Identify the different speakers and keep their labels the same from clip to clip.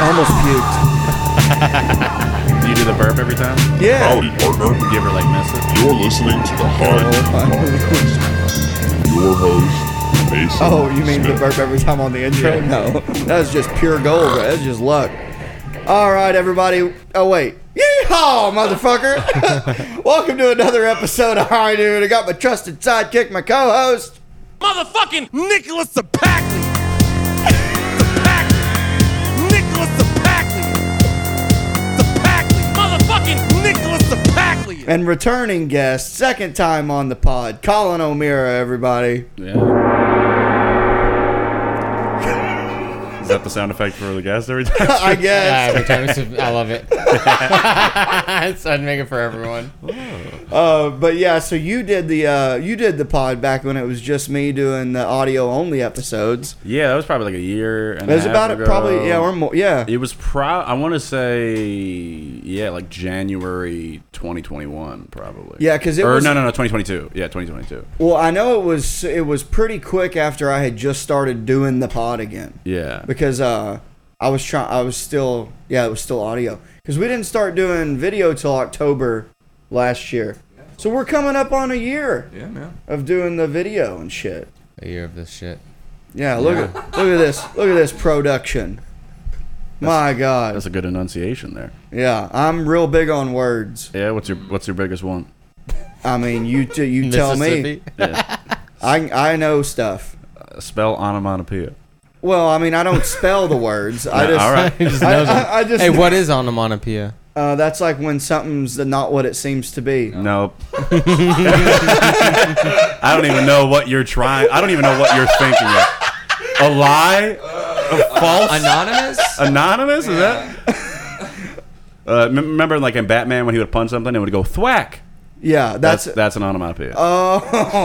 Speaker 1: almost puked.
Speaker 2: Do you do the burp every time?
Speaker 1: Yeah.
Speaker 3: Howdy, partner.
Speaker 2: You ever like miss it?
Speaker 3: You're listening to the High
Speaker 1: Oh.
Speaker 3: Podcast. Your host, Mason.
Speaker 1: Oh, you mean the
Speaker 3: Smith.
Speaker 1: burp every time on the intro?
Speaker 2: Yeah.
Speaker 1: No, that was just pure gold. Bro. That's just luck. All right, everybody. Oh wait, yeehaw, motherfucker! Welcome to another episode of High Noon. I got my trusted sidekick, my co-host.
Speaker 4: Motherfucking Nicholas the Packley. The Packley. Nicholas the Packley. The Packley. Motherfucking Nicholas the Packley.
Speaker 1: And returning guest, second time on the pod, Colin O'Meara, everybody.
Speaker 2: Yeah. Is that the sound effect for the guest every time?
Speaker 1: I guess.
Speaker 5: Yeah, every time it's I love it. it's, I'd make it for everyone.
Speaker 1: Uh, but yeah, so you did the uh, you did the pod back when it was just me doing the audio only episodes.
Speaker 2: yeah, that was probably like a year. And
Speaker 1: It was
Speaker 2: a half
Speaker 1: about it,
Speaker 2: ago.
Speaker 1: probably yeah or more yeah.
Speaker 2: It was pro. I want to say, yeah, like January 2021, probably.
Speaker 1: Yeah, 'cause it
Speaker 2: or
Speaker 1: was-
Speaker 2: no, no, no, 2022. Yeah, 2022.
Speaker 1: Well, I know it was it was pretty quick after I had just started doing the pod again
Speaker 2: Yeah.
Speaker 1: because uh, I was trying I was still yeah it was still audio because we didn't start doing video till October last year, so we're coming up on a year
Speaker 6: Yeah, man.
Speaker 1: of doing the video and shit.
Speaker 5: A year of this shit.
Speaker 1: Yeah, look at look at this look at this production. My God.
Speaker 2: That's a good enunciation there.
Speaker 1: Yeah, I'm real big on words.
Speaker 2: Yeah. What's your What's your biggest one?
Speaker 1: I mean, you t- you tell me.
Speaker 5: Mississippi?
Speaker 1: I I know stuff.
Speaker 2: Uh, spell onomatopoeia.
Speaker 1: Well, I mean, I don't spell the words. I
Speaker 2: Yeah,
Speaker 1: just,
Speaker 2: all right.
Speaker 5: He just
Speaker 1: I,
Speaker 5: knows it.
Speaker 1: I, I just.
Speaker 5: Hey, what is onomatopoeia?
Speaker 1: Uh, that's like when something's not what it seems to be.
Speaker 2: Nope. I don't even know what you're trying. I don't even know what you're thinking. Of. A lie? A false?
Speaker 5: Anonymous?
Speaker 2: Anonymous? Is that? Uh, m- remember, like in Batman, when he would punch something, it would go thwack.
Speaker 1: Yeah,
Speaker 2: That's
Speaker 1: that's.
Speaker 2: that's an onomatopoeia.
Speaker 1: oh.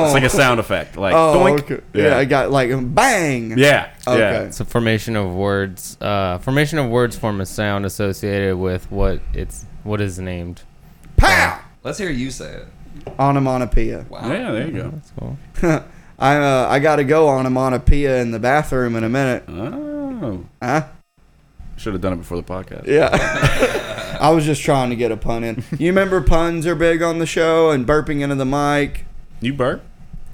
Speaker 2: it's like a sound effect, like
Speaker 1: oh,
Speaker 2: doink.
Speaker 1: okay. Yeah.
Speaker 2: Yeah,
Speaker 1: I got like bang.
Speaker 2: yeah,
Speaker 1: Okay.
Speaker 2: yeah.
Speaker 5: It's a formation of words. Uh, formation of words form a sound associated with what it's what is named.
Speaker 1: Pow.
Speaker 6: Let's hear you say it.
Speaker 1: Onomatopoeia.
Speaker 6: Wow.
Speaker 2: Yeah, there you go.
Speaker 5: That's cool.
Speaker 1: I uh, I gotta go onomatopoeia in the bathroom in a minute.
Speaker 2: Oh,
Speaker 1: Huh?
Speaker 2: should have done it before the podcast.
Speaker 1: Yeah. I was just trying to get a pun in. You remember puns are big on the show and burping into the mic.
Speaker 2: You burp?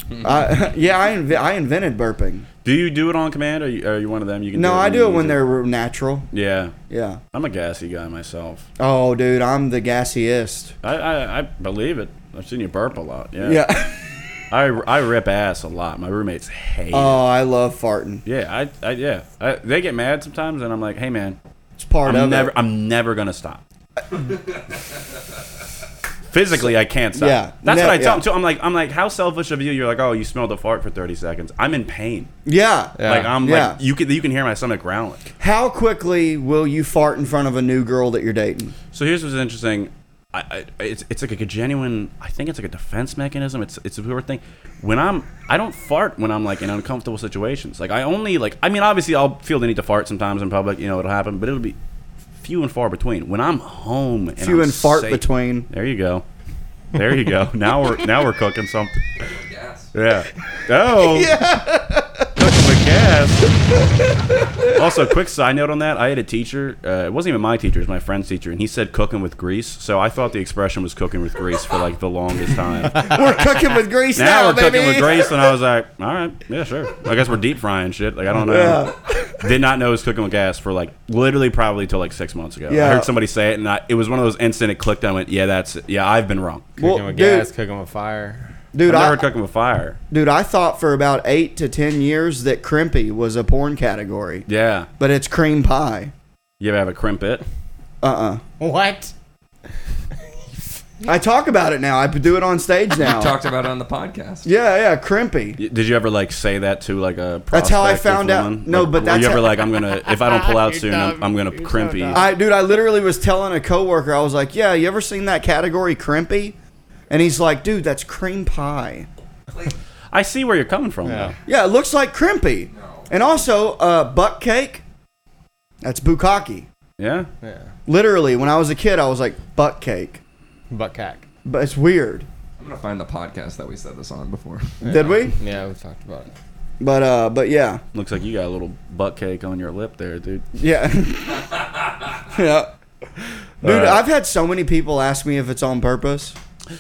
Speaker 1: I, yeah, I, inv- I invented burping.
Speaker 2: Do you do it on command, or you, are you one of them? You can.
Speaker 1: No,
Speaker 2: do it
Speaker 1: I do it when
Speaker 2: you-
Speaker 1: they're natural.
Speaker 2: Yeah,
Speaker 1: Yeah.
Speaker 2: I'm a gassy guy myself.
Speaker 1: Oh, dude, I'm the gassiest.
Speaker 2: I, I, I believe it. I've seen you burp a lot. Yeah.
Speaker 1: Yeah.
Speaker 2: I, I rip ass a lot. My roommates hate. it.
Speaker 1: Oh, I love farting.
Speaker 2: Yeah, I, I yeah. I, they get mad sometimes, and I'm like, hey man,
Speaker 1: It's part
Speaker 2: I'm
Speaker 1: of
Speaker 2: never
Speaker 1: it.
Speaker 2: I'm never gonna stop. Physically, I can't stop.
Speaker 1: Yeah.
Speaker 2: that's
Speaker 1: Ne-
Speaker 2: what I tell
Speaker 1: yeah.
Speaker 2: them too. I'm like, I'm like, how selfish of you? You're like, oh, you smelled a fart for 30 seconds. I'm in pain.
Speaker 1: Yeah.
Speaker 2: Like I'm
Speaker 1: Yeah.
Speaker 2: like, you can you can hear my stomach growling.
Speaker 1: How quickly will you fart in front of a new girl that you're dating?
Speaker 2: So here's what's interesting. I, I, it's, it's like a genuine. I think it's like a defense mechanism. It's it's a weird thing. When I'm, I don't fart when I'm like in uncomfortable situations. Like I only like. I mean, obviously, I'll feel the need to fart sometimes in public. You know, it'll happen, but it'll be few and far between. When I'm home, and
Speaker 1: Few
Speaker 2: I'm
Speaker 1: and fart
Speaker 2: safe-
Speaker 1: between.
Speaker 2: There you go. There you go. now we're now we're cooking something.
Speaker 6: Yes.
Speaker 2: Yeah. Oh. Yeah. Cooking gas. also, quick side note on that: I had a teacher. Uh, it wasn't even my teacher; it was my friend's teacher, and he said "cooking with grease." So I thought the expression was "cooking with grease" for like the longest time. now
Speaker 1: We're cooking with grease now,
Speaker 2: we're
Speaker 1: baby.
Speaker 2: cooking with grease, and I was like, "All right, yeah, sure." I guess we're deep frying shit. Like I don't know. Did not know it was cooking with gas for like literally probably till like six months ago.
Speaker 1: Yeah.
Speaker 2: I heard somebody say it, and I, it was one of those instant it clicked. And I went, "Yeah, that's it. yeah, I've been wrong."
Speaker 1: Well,
Speaker 5: cooking with
Speaker 1: dude,
Speaker 5: gas, cooking with fire.
Speaker 1: dude,
Speaker 2: I've
Speaker 1: I,
Speaker 2: never heard cooking with fire.
Speaker 1: dude, I thought for about eight to ten years that crimpy was a porn category,
Speaker 2: Yeah,
Speaker 1: but it's cream pie.
Speaker 2: you ever have a crimpet?
Speaker 1: Uh uh
Speaker 5: What?
Speaker 1: I talk about it now. I do it on stage now.
Speaker 6: Talked about it on the podcast.
Speaker 1: yeah, yeah, crimpy.
Speaker 2: Y- Did you ever like say that to like a?
Speaker 1: That's how I
Speaker 2: prospective
Speaker 1: found out-
Speaker 2: woman?
Speaker 1: no,
Speaker 2: Like,
Speaker 1: but that's
Speaker 2: were you ever
Speaker 1: how-
Speaker 2: like I'm gonna if I don't pull out soon I'm, I'm gonna crimpy.
Speaker 1: I dude, I literally was telling a coworker, I was like, "Yeah, you ever seen that category crimpy?" And he's like, "Dude, that's cream pie."
Speaker 2: I see where you're coming from.
Speaker 5: Yeah.
Speaker 2: though.
Speaker 1: Yeah, it looks like crimpy. And also, uh, butt cake. That's bukkake.
Speaker 2: Yeah.
Speaker 5: Yeah.
Speaker 1: Literally, when I was a kid, I was like butt cake,
Speaker 5: Butt cack.
Speaker 1: but it's weird.
Speaker 6: I'm gonna find the podcast that we said this on before.
Speaker 1: Did we?
Speaker 5: Yeah, we talked about it.
Speaker 1: But uh, but yeah,
Speaker 2: Looks like you got a little butt cake on your lip there, dude.
Speaker 1: yeah. yeah. Dude,
Speaker 2: right.
Speaker 1: I've had so many people ask me if it's on purpose.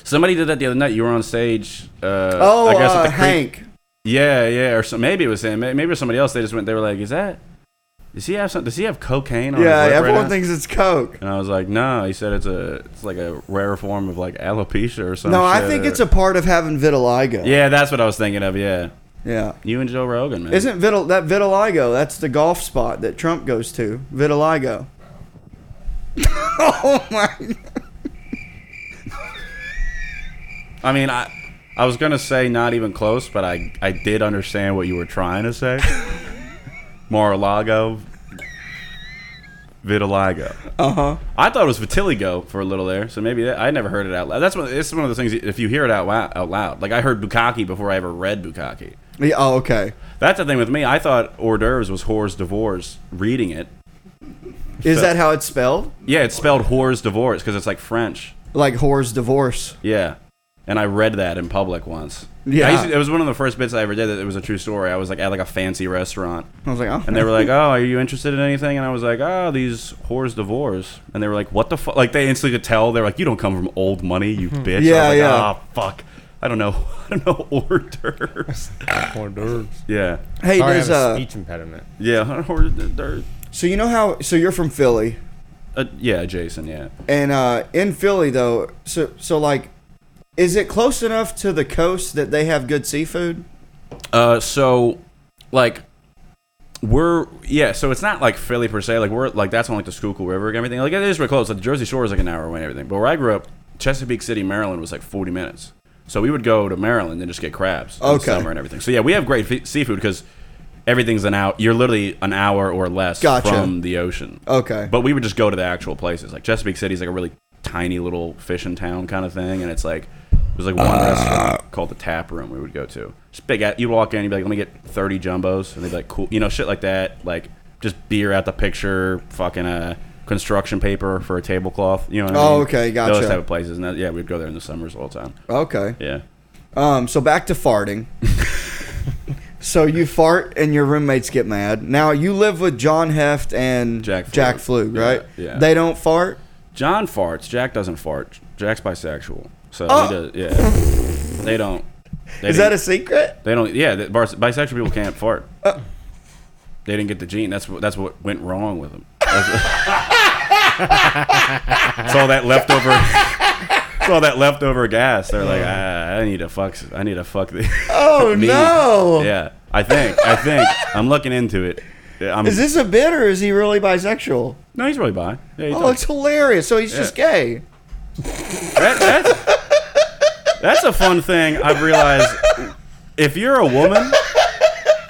Speaker 2: Somebody did that the other night. You were on stage. Uh,
Speaker 1: Oh,
Speaker 2: I guess at
Speaker 1: uh,
Speaker 2: the creek.
Speaker 1: Hank.
Speaker 2: Yeah, yeah, or so, maybe it was him. May- Maybe it was somebody else. They just went. They were like, "Is that? Does he have some? Does he have cocaine?" On
Speaker 1: Yeah,
Speaker 2: his lip right
Speaker 1: everyone
Speaker 2: now?"
Speaker 1: thinks it's coke.
Speaker 2: And I was like, "No." He said it's a. It's like a rare form of like alopecia or something.
Speaker 1: No, I think it's a part of having vitiligo.
Speaker 2: Oh, Yeah, that's what I was thinking of. Yeah,
Speaker 1: Yeah.
Speaker 2: you and Joe Rogan, man.
Speaker 1: Isn't vitil that vitiligo? That's the golf spot that Trump goes to. Vitiligo. oh my!
Speaker 2: I mean, I. I was gonna say not even close, but I I did understand what you were trying to say. Mar-a-Lago, vitiligo.
Speaker 1: Uh huh.
Speaker 2: I thought it was vitiligo for a little there, so maybe that, I never heard it out loud. That's one. It's one of those things. If you hear it out loud, out loud, like I heard bukkake before I ever read bukkake.
Speaker 1: Yeah, oh, okay.
Speaker 2: That's the thing with me. I thought hors d'oeuvres was whores divorce. Reading it,
Speaker 1: Is that how it's spelled?
Speaker 2: yeah, it's spelled whores divorce because it's like French.
Speaker 1: Like whore's divorce.
Speaker 2: Yeah, and I read that in public once.
Speaker 1: Yeah.
Speaker 2: I used to- it was one of the first bits I ever did. It was a true story. I was like at like a fancy restaurant,
Speaker 1: I was like, oh.
Speaker 2: And they were like, "Oh, are you interested in anything?" And I was like, "Ah, these whores divorce." And they were like, "What the fuck?" Like they instantly could tell. They're like, "You don't come from old money, you bitch."
Speaker 1: Hmm. Yeah,
Speaker 2: I was like,
Speaker 1: yeah.
Speaker 2: Ah, fuck. I don't know. I don't know hors d'oeuvres.
Speaker 5: Hors d'oeuvres.
Speaker 2: yeah,
Speaker 1: hey,
Speaker 5: Sorry, I
Speaker 1: does
Speaker 5: have a
Speaker 1: uh?
Speaker 5: speech impediment.
Speaker 2: yeah, hors d'oeuvres.
Speaker 1: So you know how? So you're from Philly,
Speaker 2: Uh, yeah, Jason. Yeah,
Speaker 1: and uh, in Philly though, so so like, is it close enough to the coast that they have good seafood?
Speaker 2: Uh, so, like, we're yeah. So it's not like Philly per se. Like we're like that's on like the Schuylkill River and everything. Like it is real close. Like the Jersey Shore is like an hour away and everything. But where I grew up, Chesapeake City, Maryland, was like forty minutes. So we would go to Maryland and just get crabs in the
Speaker 1: Okay.
Speaker 2: summer and everything. So yeah, we have great f- seafood because everything's an hour. You're literally an hour or less
Speaker 1: Gotcha. Oh,
Speaker 2: from the ocean.
Speaker 1: Okay.
Speaker 2: But we would just go to the actual places. Like Chesapeake City is like a really tiny little fishing town kind of thing, and it's like it was like one
Speaker 1: Uh.
Speaker 2: restaurant called the Tap Room we would go to. Just big. You walk in, you'd be like, "Let me get thirty jumbos," and they'd be like, "Cool," you know, shit like that. Like just beer out the picture, fucking uh, construction paper for a tablecloth. You know what I
Speaker 1: Oh,
Speaker 2: mean?
Speaker 1: okay,
Speaker 2: Those
Speaker 1: gotcha.
Speaker 2: type of places. And that, yeah, we'd go there in the summers all the time.
Speaker 1: Okay.
Speaker 2: Yeah.
Speaker 1: Um, so back to farting. so you fart and your roommates get mad. Now you live with John Heft and
Speaker 2: Jack Flug.
Speaker 1: Flug,
Speaker 2: Yeah,
Speaker 1: right?
Speaker 2: yeah.
Speaker 1: They don't fart.
Speaker 2: John farts. Jack doesn't fart. Jack's bisexual, so
Speaker 1: Oh.
Speaker 2: he does. Yeah. They don't. They
Speaker 1: Is
Speaker 2: don't-
Speaker 1: that a secret?
Speaker 2: They don't. Yeah, the, bars- bisexual people can't fart. They didn't get the gene. That's what. That's what went wrong with them. That's what- it's all that leftover. It's all that leftover gas. They're like, ah, I need to fuck. I need to fuck the.
Speaker 1: Oh
Speaker 2: me."
Speaker 1: no!
Speaker 2: Yeah, I think. I think. I'm looking into it. Yeah, I'm,
Speaker 1: Is this a bit or is he really bisexual?
Speaker 2: no, he's really bi. Yeah, he
Speaker 1: Oh,
Speaker 2: does.
Speaker 1: it's hilarious. So he's just gay.
Speaker 2: That, that's, that's a fun thing I've realized. If you're a woman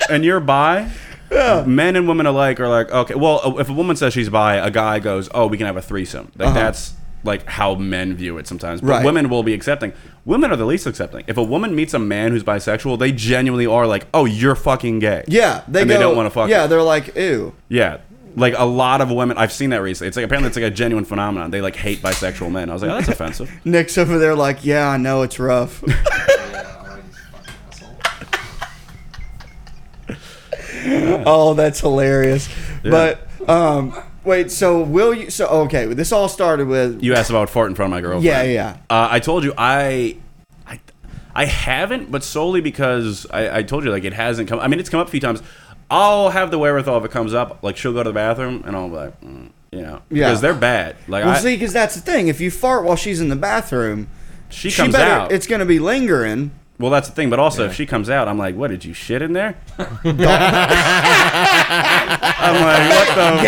Speaker 2: and you're bi, men and women alike are like, okay, well, if a woman says she's bi, a guy goes, oh, we can have a threesome. Like, That's like how men view it sometimes. But
Speaker 1: Uh-huh. Right.
Speaker 2: women will be accepting. Women are the least accepting. If a woman meets a man who's bisexual, they genuinely are like, oh, you're fucking gay.
Speaker 1: Yeah, they
Speaker 2: and
Speaker 1: go,
Speaker 2: they don't want to fuck.
Speaker 1: Yeah,
Speaker 2: you.
Speaker 1: they're like, ew.
Speaker 2: Yeah. Like a lot of women, I've seen that recently. It's like apparently it's like a genuine phenomenon. They like hate bisexual men. I was like, oh, that's offensive.
Speaker 1: Nick's over there like, yeah, I know it's rough.
Speaker 6: Yeah, all these fucking assholes.
Speaker 1: oh, that's hilarious. But um, wait, so will you? So okay, this all started with
Speaker 2: You asked about fart in front of my girlfriend.
Speaker 1: Yeah, yeah.
Speaker 2: Uh, I told you I, I, I haven't, but solely because I, I told you like it hasn't come. I mean, it's come up a few times. I'll have the wherewithal if it comes up. Like she'll go to the bathroom, and I'll be like, mm, you know,
Speaker 1: Yeah.
Speaker 2: because they're bad. Like
Speaker 1: Well,
Speaker 2: I,
Speaker 1: see, because that's the thing. If you fart while she's in the bathroom,
Speaker 2: she comes
Speaker 1: better,
Speaker 2: out.
Speaker 1: It's going to be lingering.
Speaker 2: well, that's the thing. But also, if she comes out, I'm like, what did you shit in there? I'm like, what the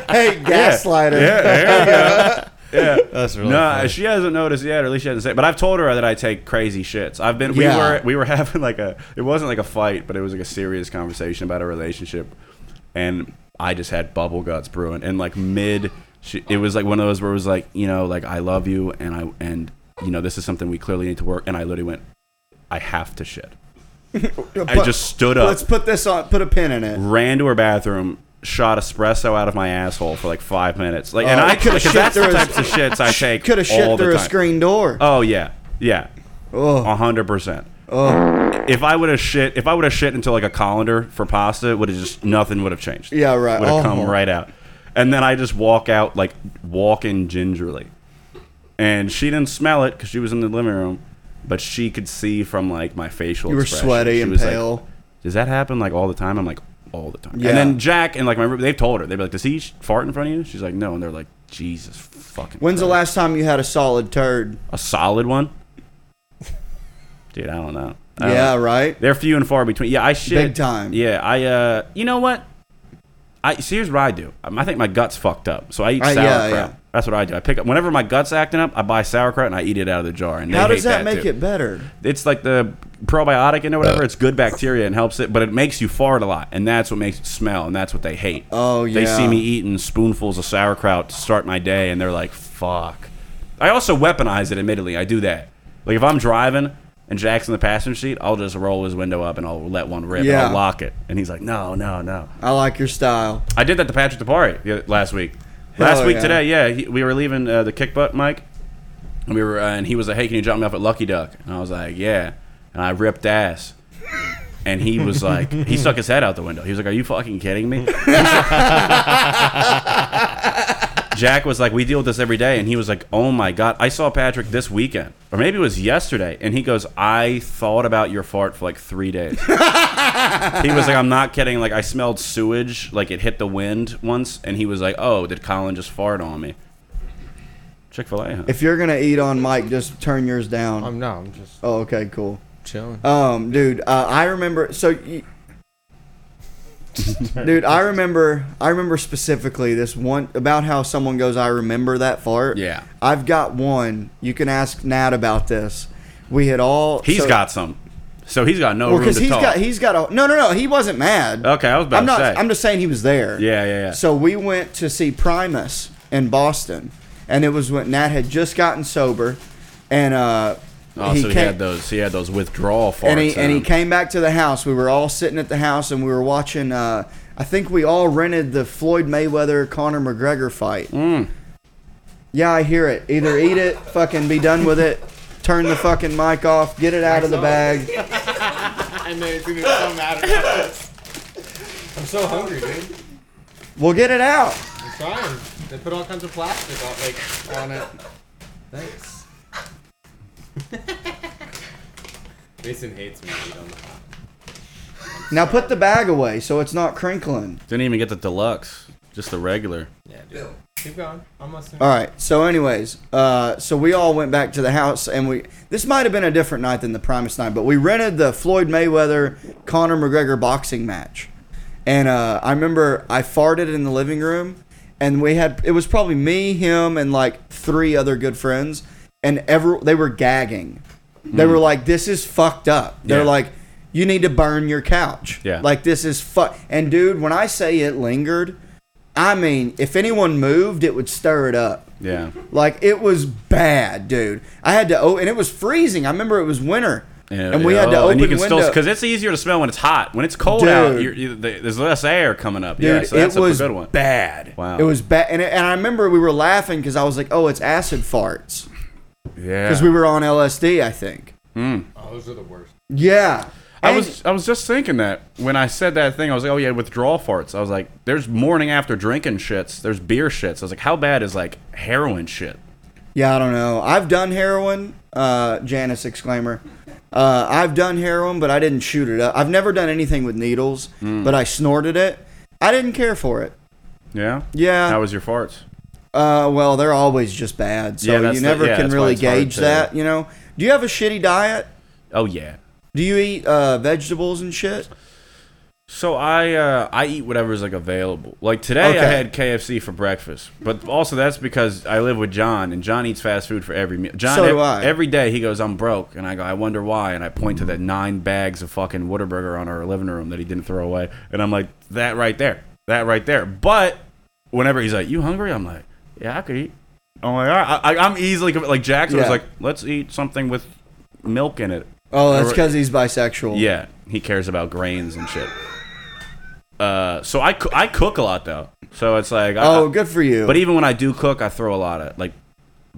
Speaker 1: Gaslighter. hey, gaslighter.
Speaker 2: Yeah, there you go. Yeah.
Speaker 5: That's really
Speaker 2: No,
Speaker 5: funny.
Speaker 2: she hasn't noticed yet, or at least she hasn't said. But I've told her that I take crazy shits. I've been.
Speaker 1: Yeah.
Speaker 2: We were we were having like a. It wasn't like a fight, but it was like a serious conversation about a relationship, and I just had bubble guts brewing, and like mid, she, it was like one of those where it was like you know like I love you, and I and you know this is something we clearly need to work, and I literally went, I have to shit. I
Speaker 1: Put-
Speaker 2: just stood up
Speaker 1: Let's put this on. Put a pin in it.
Speaker 2: ran to her bathroom, shot espresso out of my asshole for like five minutes. Like, and
Speaker 1: Oh.
Speaker 2: I could have.
Speaker 1: Shit
Speaker 2: That's the
Speaker 1: through a-
Speaker 2: types of shits I take.
Speaker 1: Could have
Speaker 2: all
Speaker 1: shit
Speaker 2: the
Speaker 1: through a
Speaker 2: time.
Speaker 1: screen door.
Speaker 2: Oh yeah, yeah,
Speaker 1: Ugh.
Speaker 2: a hundred percent. If I would have shit, if I would have shit into like a colander for pasta, would have just nothing would have changed.
Speaker 1: Yeah, right.
Speaker 2: Would have
Speaker 1: Oh.
Speaker 2: come right out. And then I just walk out, like walking gingerly. And she didn't smell it because she was in the living room, but she could see from like my facial.
Speaker 1: You were
Speaker 2: expression.
Speaker 1: sweaty
Speaker 2: She
Speaker 1: and
Speaker 2: was like,
Speaker 1: pale.
Speaker 2: Does that happen like all the time? I'm like all the time.
Speaker 1: Yeah.
Speaker 2: And then Jack and like my roommate, they've told her they'd be like, "Does he sh- fart in front of you?" She's like, "No," and they're like, "Jesus fucking."
Speaker 1: When's the
Speaker 2: Christ."
Speaker 1: last time you had a solid turd?
Speaker 2: A solid one. Dude, I don't know. I don't
Speaker 1: yeah,
Speaker 2: know.
Speaker 1: right.
Speaker 2: They're few and far between. Yeah, I shit.
Speaker 1: Big time.
Speaker 2: Yeah, I. uh You know what? I see. Here's what I do. Um, I think my gut's fucked up, so I eat
Speaker 1: Uh, yeah,
Speaker 2: sauerkraut.
Speaker 1: yeah.
Speaker 2: That's what I do. I pick up whenever my gut's acting up. I buy sauerkraut and I eat it out of the jar. And they
Speaker 1: How
Speaker 2: hate
Speaker 1: does that, make
Speaker 2: too.
Speaker 1: it better?
Speaker 2: It's like the probiotic in it, whatever. It's good bacteria and helps it, but it makes you fart a lot, and that's what makes it smell, and that's what they hate.
Speaker 1: Oh,
Speaker 2: They
Speaker 1: yeah.
Speaker 2: see me eating spoonfuls of sauerkraut to start my day, and they're like, "Fuck." I also weaponize it. Admittedly, I do that. Like if I'm driving and Jack's in the passenger seat, I'll just roll his window up and I'll let one rip.
Speaker 1: Yeah.
Speaker 2: And I'll lock it, and he's like, "No, no, no."
Speaker 1: I like your style.
Speaker 2: I did that to Patrick DePari the- last week.
Speaker 1: Hell
Speaker 2: Last week
Speaker 1: yeah.
Speaker 2: today, yeah, he, we were leaving uh, the kick butt, Mike, and we were, uh, and he was like, "Hey, can you drop me off at Lucky Duck?" And I was like, "Yeah," and I ripped ass. And he was like, he stuck his head out the window. He was like, "Are you fucking kidding me?" Jack was like, "We deal with this every day," and he was like, "Oh my god, I saw Patrick this weekend, or maybe it was yesterday." And he goes, "I thought about your fart for like three days." he was like, "I'm not kidding. Like I smelled sewage, like it hit the wind once." And he was like, "Oh, did Colin just fart on me?" Chick Fil A. Huh?
Speaker 1: If you're gonna eat on Mike, just turn yours down.
Speaker 5: I'm no, I'm just
Speaker 1: oh, okay, cool.
Speaker 5: chilling.
Speaker 1: Um, dude, uh, I remember. So, y- dude, I remember. I remember specifically this one about how someone goes. I remember that fart.
Speaker 2: Yeah.
Speaker 1: I've got one. You can ask Nat about this. We had all.
Speaker 2: He's
Speaker 1: so-
Speaker 2: got some, so he's got no
Speaker 1: Well,
Speaker 2: room
Speaker 1: because
Speaker 2: to
Speaker 1: he's
Speaker 2: talk.
Speaker 1: got he's got a no no no he wasn't mad.
Speaker 2: Okay, I was about
Speaker 1: I'm
Speaker 2: to
Speaker 1: not.
Speaker 2: say.
Speaker 1: I'm just saying he was there.
Speaker 2: Yeah, yeah, yeah.
Speaker 1: So we went to see Primus in Boston, and it was when Nat had just gotten sober, and uh,
Speaker 2: oh, so he
Speaker 1: came-
Speaker 2: had those. He had those withdrawal farts.
Speaker 1: and he
Speaker 2: in
Speaker 1: and he
Speaker 2: him.
Speaker 1: came back to the house. We were all sitting at the house, and we were watching. Uh, I think we all rented the Floyd Mayweather Conor McGregor fight.
Speaker 2: Mm.
Speaker 1: Yeah, I hear it. Either eat it, fucking be done with it, turn the fucking mic off, get it out of the bag.
Speaker 5: I know you're gonna be so mad about this. I'm so hungry, dude.
Speaker 1: We'll get it out.
Speaker 5: I'm trying. They put all kinds of plastic on, like on it. Thanks. Mason hates me. Dude.
Speaker 1: Now put the bag away so it's not crinkling.
Speaker 2: Didn't even get the deluxe, just the regular.
Speaker 5: Yeah, dude. Keep going. Almost.
Speaker 1: All right. So, anyways, uh, so we all went back to the house, and we this might have been a different night than the Primus night, but we rented the Floyd Mayweather Conor McGregor boxing match, and uh, I remember I farted in the living room, and we had it was probably me, him, and like three other good friends, and ever they were gagging, they were like, "This is fucked up." They're
Speaker 2: Hmm. Yeah.
Speaker 1: like, "You need to burn your couch."
Speaker 2: Yeah.
Speaker 1: Like this is fuck. And dude, when I say it lingered. I mean, if anyone moved, it would stir it up.
Speaker 2: Yeah,
Speaker 1: Like it was bad, dude. I had to oh, and it was freezing. I remember it was winter, and we had to
Speaker 2: oh,
Speaker 1: open
Speaker 2: and you can
Speaker 1: window.
Speaker 2: because it's easier to smell when it's hot. When it's cold out,
Speaker 1: Dude.
Speaker 2: you're, you there- there's less air coming up. yeah,
Speaker 1: dude,
Speaker 2: so that's
Speaker 1: it was
Speaker 2: a good one.
Speaker 1: bad.
Speaker 2: Wow.
Speaker 1: it was bad, and, it- and I remember we were laughing because I was like, "Oh, it's acid farts,"
Speaker 2: Yeah,
Speaker 1: because we were on LSD, I think.
Speaker 5: Oh, those are the worst.
Speaker 1: Yeah,
Speaker 2: Hmm. I
Speaker 1: And-
Speaker 2: was I was just thinking that when I said that thing, I was like, oh yeah, withdrawal farts. I was like, there's morning after drinking shits, there's beer shits. I was like, how bad is like heroin shit?
Speaker 1: Yeah, I don't know. I've done heroin, uh, Janice exclaimer. Uh, I've done heroin, but I didn't shoot it up. I've never done anything with needles,
Speaker 2: Hmm.
Speaker 1: but I snorted it. I didn't care for it.
Speaker 2: Yeah.
Speaker 1: Yeah.
Speaker 2: How was your farts?
Speaker 1: Uh, well, they're always just bad, so
Speaker 2: Yeah, that's
Speaker 1: you
Speaker 2: the-
Speaker 1: never
Speaker 2: yeah,
Speaker 1: can
Speaker 2: that's why
Speaker 1: really
Speaker 2: it's hard
Speaker 1: gauge
Speaker 2: to-
Speaker 1: that. You know? Do you have a shitty diet?
Speaker 2: Oh yeah.
Speaker 1: Do you eat uh, vegetables and shit?
Speaker 2: So I uh, I eat whatever's like available. Like today I
Speaker 1: Okay.
Speaker 2: had KFC for breakfast, but also that's because I live with John and John eats fast food for every meal. John
Speaker 1: So do
Speaker 2: ev-
Speaker 1: I.
Speaker 2: every day he goes I'm broke and I go I wonder why and I point to the nine bags of fucking Whataburger on our living room that he didn't throw away and I'm like that right there that right there. But whenever he's like you hungry I'm like yeah I could eat. I'm like all right I, I- I'm easily conv- like Jackson was
Speaker 1: Yeah.
Speaker 2: like let's eat something with milk in it.
Speaker 1: Oh, that's
Speaker 2: Or-
Speaker 1: because he's bisexual.
Speaker 2: yeah, he cares about grains and shit. Uh, so I, coo- I cook a lot though. So it's like I-
Speaker 1: Oh, good for you.
Speaker 2: But even when I do cook, I throw a lot of like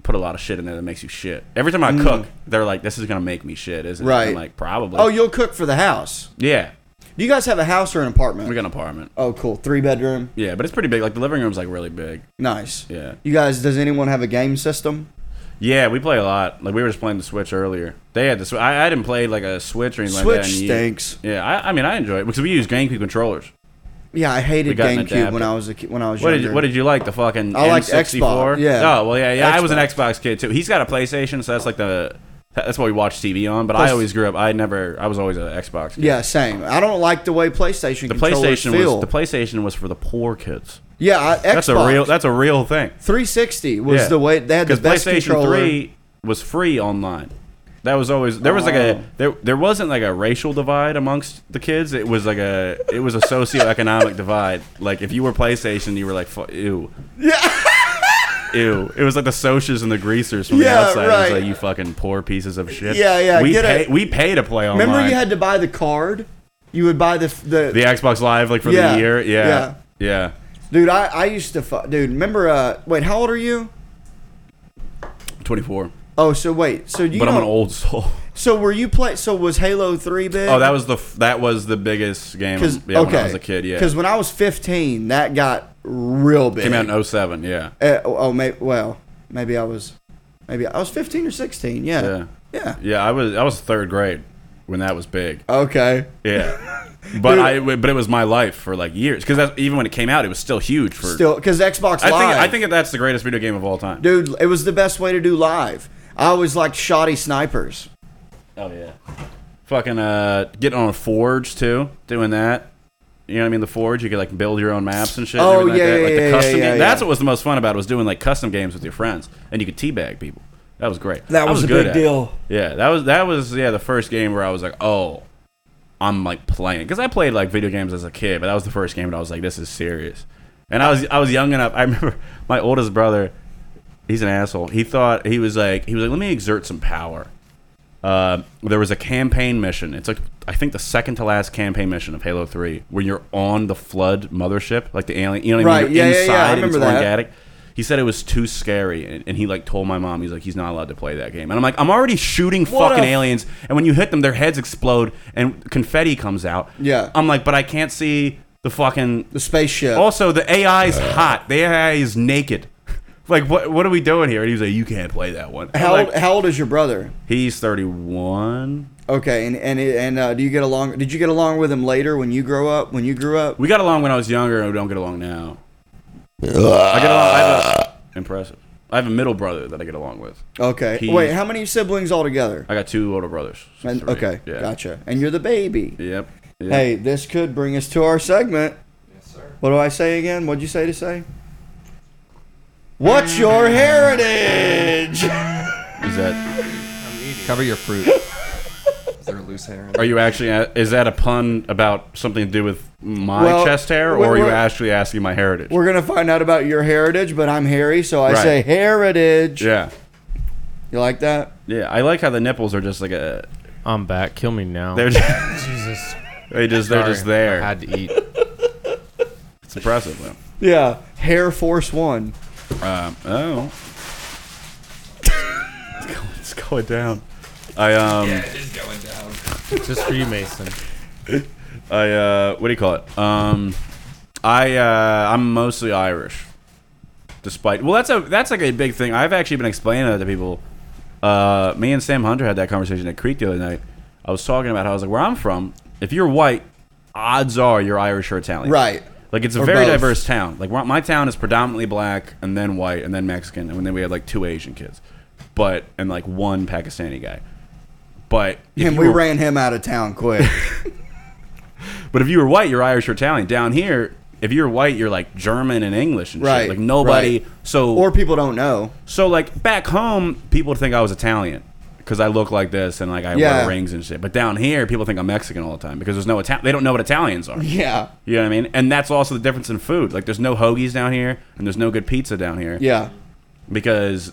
Speaker 2: put a lot of shit in there that makes you shit. Every time I cook, they're like, "This is gonna make me shit," isn't it?
Speaker 1: Mm. Right.
Speaker 2: I'm like, probably.
Speaker 1: oh, you'll cook for the house.
Speaker 2: yeah.
Speaker 1: Do you guys have a house or an apartment?
Speaker 2: We got an apartment.
Speaker 1: oh, cool. Three bedroom.
Speaker 2: Yeah, but it's pretty big. Like the living room's like really big.
Speaker 1: Nice.
Speaker 2: Yeah.
Speaker 1: You guys, does anyone have a game system?
Speaker 2: Yeah, we play a lot. Like we were just playing the Switch earlier. They had the Switch. I, I didn't play like a Switch or anything like that.
Speaker 1: Switch
Speaker 2: in years.
Speaker 1: stinks.
Speaker 2: Yeah, I, I mean I enjoy it because we use GameCube controllers.
Speaker 1: Yeah, I hated
Speaker 2: We got an
Speaker 1: GameCube when
Speaker 2: adapter.
Speaker 1: I was a ki- when I was
Speaker 2: What did
Speaker 1: younger.
Speaker 2: you, what did you like? The fucking
Speaker 1: I liked
Speaker 2: N64?
Speaker 1: Xbox, yeah.
Speaker 2: Oh well, yeah, yeah. I was an
Speaker 1: Xbox.
Speaker 2: Xbox kid too. He's got a PlayStation, so that's like the that's what we watch TV on. But
Speaker 1: Plus-
Speaker 2: I always grew up. I never. I was always an Xbox. Kid.
Speaker 1: yeah, same. I don't like the way PlayStation
Speaker 2: The
Speaker 1: controllers
Speaker 2: PlayStation
Speaker 1: feel.
Speaker 2: was the PlayStation was for the poor kids.
Speaker 1: yeah, I, Xbox.
Speaker 2: That's a real. That's a real thing.
Speaker 1: 360 was
Speaker 2: Yeah.
Speaker 1: the way they had the
Speaker 2: 'Cause
Speaker 1: best
Speaker 2: PlayStation oh
Speaker 1: controller.
Speaker 2: 3 was free online. That was always there was like
Speaker 1: Oh.
Speaker 2: a there there wasn't like a racial divide amongst the kids. It was like a it was a socioeconomic divide. Like if you were PlayStation, you were like fu- ew. Yeah. Ew! It was like the socias and the greasers from
Speaker 1: Yeah,
Speaker 2: the outside. It was
Speaker 1: right.
Speaker 2: like you fucking poor pieces of shit.
Speaker 1: Yeah, yeah,
Speaker 2: We
Speaker 1: get
Speaker 2: pay
Speaker 1: it.
Speaker 2: we pay to play online.
Speaker 1: Remember, you had to buy the card. You would buy the f- the,
Speaker 2: the Xbox Live like for
Speaker 1: Yeah,
Speaker 2: the year. Yeah, yeah.
Speaker 1: dude. I, I used to fu- dude. Remember, uh, wait, how old are you?
Speaker 2: Twenty four.
Speaker 1: Oh, so wait, so you
Speaker 2: But I'm
Speaker 1: know-
Speaker 2: an old soul.
Speaker 1: So were you play? So was Halo Three big?
Speaker 2: Oh, that was the f- that was the biggest game.
Speaker 1: Cause,
Speaker 2: yeah,
Speaker 1: okay.
Speaker 2: when I was a kid. Yeah,
Speaker 1: Because when I was 15, that got real big.
Speaker 2: Came out in 07, yeah.
Speaker 1: Uh, oh, oh may, well, maybe I was, maybe I was 15 or 16. Yeah.
Speaker 2: Yeah.
Speaker 1: Yeah.
Speaker 2: Yeah, I was I was third grade when that was big.
Speaker 1: Uh, Okay.
Speaker 2: Yeah. But I but it was my life for like years cuz even when it came out it was still huge for
Speaker 1: Still, because Xbox
Speaker 2: I think
Speaker 1: Live.
Speaker 2: I think that's the greatest video game of all time.
Speaker 1: dude, it was the best way to do live. I always liked shoddy snipers.
Speaker 2: Oh yeah. Fucking uh getting on a forge too, doing that. You know what I mean? The forge, you could like build your own maps and shit. and
Speaker 1: Oh,
Speaker 2: everything
Speaker 1: yeah,
Speaker 2: like that.
Speaker 1: yeah,
Speaker 2: like
Speaker 1: yeah,
Speaker 2: the custom
Speaker 1: yeah,
Speaker 2: game.
Speaker 1: yeah.
Speaker 2: That's what was the most fun about it was doing like custom games with your friends, and you could teabag people. That was great.
Speaker 1: That
Speaker 2: I
Speaker 1: was a
Speaker 2: good
Speaker 1: big
Speaker 2: at it.
Speaker 1: deal.
Speaker 2: Yeah, that was that was yeah the first game where I was like, oh, I'm like playing because I played like video games as a kid, but that was the first game that I was like, this is serious. And I was I was young enough. I remember my oldest brother. He's an asshole. He thought he was like he was like, let me exert some power. Uh, there was a campaign mission. It's like I think the second to last campaign mission of Halo Three, where you're on the Flood mothership, like the alien, you know, what I mean?
Speaker 1: Right,
Speaker 2: You're
Speaker 1: yeah, yeah, yeah,
Speaker 2: inside
Speaker 1: I
Speaker 2: and it's
Speaker 1: remember that.
Speaker 2: organic. He said it was too scary, and, and he like told my mom, he's like, he's not allowed to play that game. And I'm like, I'm already shooting fucking
Speaker 1: a-
Speaker 2: aliens, and when you hit them, their heads explode and confetti comes out.
Speaker 1: Yeah.
Speaker 2: I'm like, but I can't see the fucking.
Speaker 1: The spaceship.
Speaker 2: Also, the AI's hot. The AI is naked. Like, what what are we doing here? And he was like, you can't play that one. I'm
Speaker 1: how,
Speaker 2: like,
Speaker 1: old, how old is your brother?
Speaker 2: He's 31.
Speaker 1: Okay, and and it- and uh, do you get along? Did you get along with him later when you grow up? When you grew up?
Speaker 2: We got along when I was younger, and we don't get along now. I get along. I have a, impressive. I have a middle brother that I get along with.
Speaker 1: Okay.
Speaker 2: He-
Speaker 1: Wait, how many siblings altogether?
Speaker 2: I got two older brothers. so
Speaker 1: And,
Speaker 2: three.
Speaker 1: okay,
Speaker 2: Yeah.
Speaker 1: gotcha. And you're the baby.
Speaker 2: Yep. Yep.
Speaker 1: Hey, this could bring us to our segment.
Speaker 6: Yes, sir.
Speaker 1: What do I say again? What'd you say to say? What's your heritage?
Speaker 2: Is that?
Speaker 5: Cover your fruit.
Speaker 6: Is there loose hair?
Speaker 2: Are you actually? a- Is that a pun about something to do with my
Speaker 1: Well,
Speaker 2: chest hair,
Speaker 1: we-
Speaker 2: or are you
Speaker 1: we're-
Speaker 2: actually asking my heritage?
Speaker 1: We're gonna find out about your heritage, but I'm hairy, so I
Speaker 2: Right.
Speaker 1: say heritage.
Speaker 2: Yeah.
Speaker 1: You like that?
Speaker 2: Yeah. I like how the nipples are just like a.
Speaker 5: I'm back. Kill me now.
Speaker 2: They're just.
Speaker 5: Jesus.
Speaker 2: They just. They're just
Speaker 5: Sorry, I
Speaker 2: there.
Speaker 5: had to eat.
Speaker 2: It's impressive. Man.
Speaker 1: Yeah. Hair Force One.
Speaker 2: Um, oh. it's, going, it's going down. I um.
Speaker 6: It is going down.
Speaker 5: Just for you, Mason.
Speaker 2: I uh, what do you call it? Um, I uh, I'm mostly Irish. Despite well, that's a that's like a big thing. I've actually been explaining that to people. Uh, me and Sam Hunter had that conversation at Creek the other night. I was talking about how I was like, where I'm from, if you're white, odds are you're Irish or Italian.
Speaker 1: Right.
Speaker 2: Like it's a
Speaker 1: Or
Speaker 2: very
Speaker 1: both.
Speaker 2: diverse town. Like my- my town is predominantly black, and then white, and then Mexican, and then we had like two Asian kids, but and like one Pakistani guy. But if
Speaker 1: And
Speaker 2: you
Speaker 1: we
Speaker 2: were-
Speaker 1: ran him out of town quick.
Speaker 2: but if you were white, you're Irish or Italian. Down here, if you're white, you're like German and English and
Speaker 1: Right,
Speaker 2: shit. Like nobody.
Speaker 1: right.
Speaker 2: So
Speaker 1: or people don't know.
Speaker 2: so like back home, people would think I was Italian because I look like this and like I
Speaker 1: Yeah.
Speaker 2: wear rings and shit. But down here, people think I'm Mexican all the time because there's no Italian. They don't know what Italians are.
Speaker 1: Yeah.
Speaker 2: You know what I mean? And that's also the difference in food. Like there's no hoagies down here and there's no good pizza down here.
Speaker 1: Yeah.
Speaker 2: Because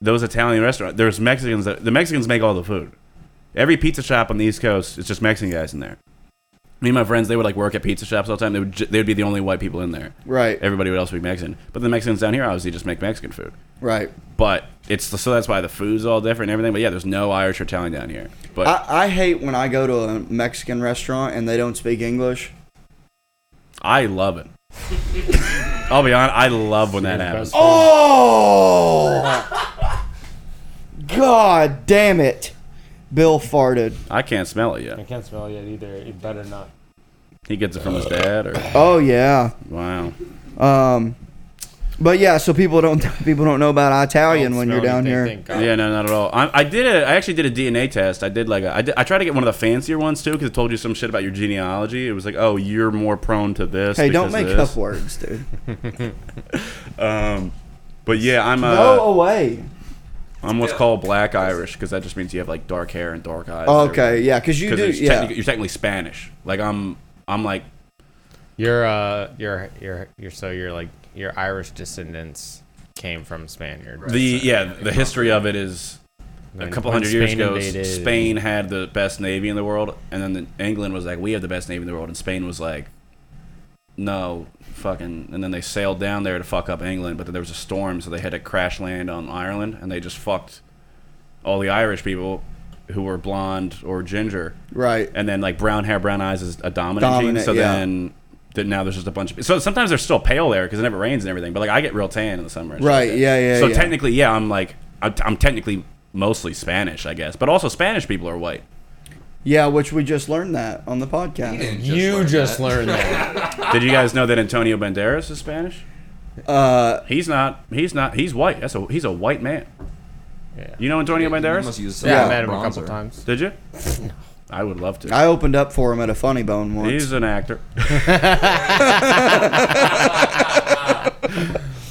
Speaker 2: those Italian restaurants, there's Mexicans that the Mexicans make all the food. Every pizza shop on the East Coast, it's just Mexican guys in there. me and my friends, they would like work at pizza shops all the time. They would ju- they'd be the only white people in there.
Speaker 1: Right.
Speaker 2: Everybody would else be Mexican. But the Mexicans down here obviously just make Mexican food.
Speaker 1: Right.
Speaker 2: But it's the, so that's why the food's all different and everything. But yeah, there's no Irish or Italian down here. But
Speaker 1: I, I hate when I go to a Mexican restaurant and they don't speak English.
Speaker 2: I love it. I'll be honest. I love when that happens.
Speaker 1: Oh! God damn it. Bill farted.
Speaker 2: I can't smell it yet.
Speaker 5: can't smell yet either. You better not.
Speaker 2: He gets it from his dad, or
Speaker 1: Oh yeah.
Speaker 2: wow.
Speaker 1: Um but yeah, so people don't people don't know about Italian when you're down here.
Speaker 2: Yeah, no, not at all. I, I did a, I actually did a DNA test. I did like a, I, did, I tried to get one of the fancier ones too because it told you some shit about your genealogy. It was like, oh, you're more prone to this.
Speaker 1: Hey, don't
Speaker 2: because
Speaker 1: make
Speaker 2: of this.
Speaker 1: up words, dude.
Speaker 2: Um, but yeah, I'm uh,
Speaker 1: Go away.
Speaker 2: I'm what's called black Irish because that just means you have like dark hair and dark eyes. and
Speaker 1: Okay,
Speaker 2: everything.
Speaker 1: yeah, because you
Speaker 2: 'Cause
Speaker 1: do.
Speaker 2: it's
Speaker 1: Yeah,
Speaker 2: technically- you're technically Spanish. Like I'm, I'm like
Speaker 5: You're uh, you're you're you're so you're like your Irish descendants came from Spaniard. Right?
Speaker 2: the yeah. The history of it is a
Speaker 5: When-
Speaker 2: couple
Speaker 5: when
Speaker 2: hundred years
Speaker 5: Spain
Speaker 2: ago,
Speaker 5: invaded-
Speaker 2: Spain had the best navy in the world, and then the, England was like, "We have the best navy in the world," and Spain was like, "No, fucking." And then they sailed down there to fuck up England, but then there was a storm, so they had to crash land on Ireland, and they just fucked all the Irish people who were blonde or ginger,
Speaker 1: right.
Speaker 2: and then like brown hair, brown eyes is a dominant, gene.
Speaker 1: Dominant,
Speaker 2: So
Speaker 1: yeah.
Speaker 2: then. That now there's just a bunch of so sometimes they're still pale there because it never rains and everything. But like I get real tan in the summer, and shit like
Speaker 1: Right,
Speaker 2: that.
Speaker 1: yeah, yeah,
Speaker 2: So
Speaker 1: yeah.
Speaker 2: technically, yeah, I'm like I'm, I'm technically mostly Spanish, I guess, but also Spanish people are white.
Speaker 1: Yeah, which we just learned that on the podcast.
Speaker 5: You just learned that.
Speaker 2: Did you guys know that Antonio Banderas is Spanish?
Speaker 1: Uh,
Speaker 2: He's not. He's not. He's white. That's a. He's a white man.
Speaker 5: Yeah.
Speaker 2: You know Antonio
Speaker 6: You must
Speaker 2: Banderas?
Speaker 6: use some
Speaker 5: Yeah, I
Speaker 1: Yeah.
Speaker 5: met him a couple
Speaker 6: bronzer.
Speaker 5: times.
Speaker 2: Did you? I would love to.
Speaker 1: I opened up for him at a Funny Bone once.
Speaker 2: He's an actor.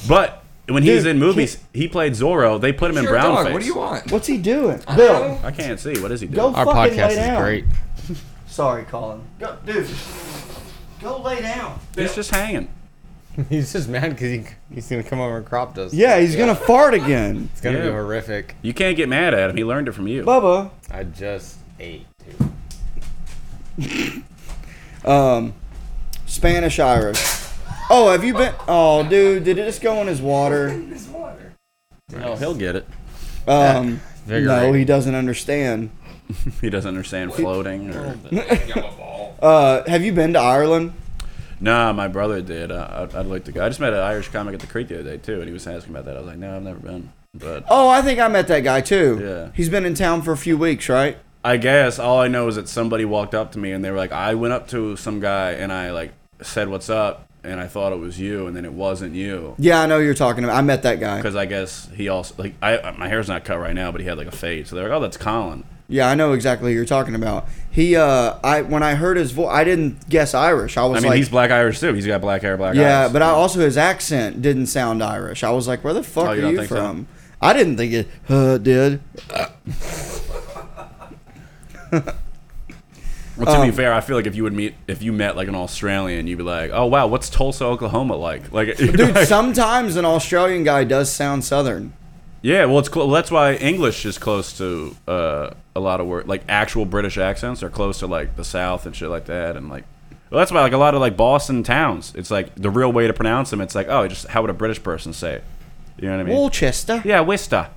Speaker 2: but when he's
Speaker 1: Dude,
Speaker 2: in movies, he played Zorro. They put him in
Speaker 6: You're a
Speaker 2: brown
Speaker 6: dog,
Speaker 2: face.
Speaker 6: What do you want?
Speaker 1: What's he doing, Bill?
Speaker 2: I can't see. What is he doing?
Speaker 1: Go
Speaker 5: Our
Speaker 1: fucking
Speaker 5: podcast
Speaker 1: lay
Speaker 5: is
Speaker 1: down.
Speaker 5: great.
Speaker 1: Sorry, Colin. Go, dude. Go lay down.
Speaker 2: He's just hanging.
Speaker 5: He's just mad because he, he's gonna come over and crop dust.
Speaker 1: Yeah, he's gonna fart again.
Speaker 5: It's gonna
Speaker 2: Yeah.
Speaker 5: be horrific.
Speaker 2: You can't get mad at him. He learned it from you.
Speaker 1: Bubba.
Speaker 5: I just ate. Dude.
Speaker 1: Um, Spanish Irish. Oh, have you been? Oh, dude, did it just go in his water?
Speaker 2: Oh, he'll get it.
Speaker 1: Um, no,
Speaker 5: Invigorating.
Speaker 1: he doesn't understand.
Speaker 2: He doesn't understand floating. Or...
Speaker 1: Uh, have you been to Ireland?
Speaker 2: Nah, my brother did. Uh, I'd, I'd like to go. I just met an Irish comic at the creek the other day too, and he was asking about that. I was like, no, I've never been. But
Speaker 1: Oh, I think I met that guy too.
Speaker 2: Yeah.
Speaker 1: He's been in town for a few weeks, right?
Speaker 2: I guess all I know is that somebody walked up to me and they were like, I went up to some guy and I like said, "What's up?" and I thought it was you, and then it wasn't you.
Speaker 1: Yeah, I know you're talking about. I met that guy.
Speaker 2: Because I guess he also like I uh, my hair's not cut right now, but he had like a fade. So they're like, "Oh, that's Colin."
Speaker 1: Yeah, I know exactly who you're talking about. He, uh, I when I heard his voice, I didn't guess Irish. I
Speaker 2: I
Speaker 1: was
Speaker 2: mean,
Speaker 1: like,
Speaker 2: he's black Irish too. He's got black hair, black eyes.
Speaker 1: yeah, but I also his accent didn't sound Irish. I was like, where the fuck
Speaker 2: Oh, you
Speaker 1: are
Speaker 2: don't
Speaker 1: you
Speaker 2: think so?
Speaker 1: from? I didn't think it uh, did.
Speaker 2: Well, to be fair, I feel like if you would meet, if you met like an Australian, you'd be like, "Oh wow, what's Tulsa, Oklahoma like?" Like,
Speaker 1: Dude, sometimes an Australian guy does sound Southern.
Speaker 2: yeah. Well, it's cl- well, that's why English is close to uh, a lot of word like actual British accents are close to like the South and shit like that, and like. Well, that's why like a lot of like Boston towns, it's like the real way to pronounce them. It's like, oh, just how would a British person say it? You know what I mean?
Speaker 1: Worcester.
Speaker 2: yeah, Worcester.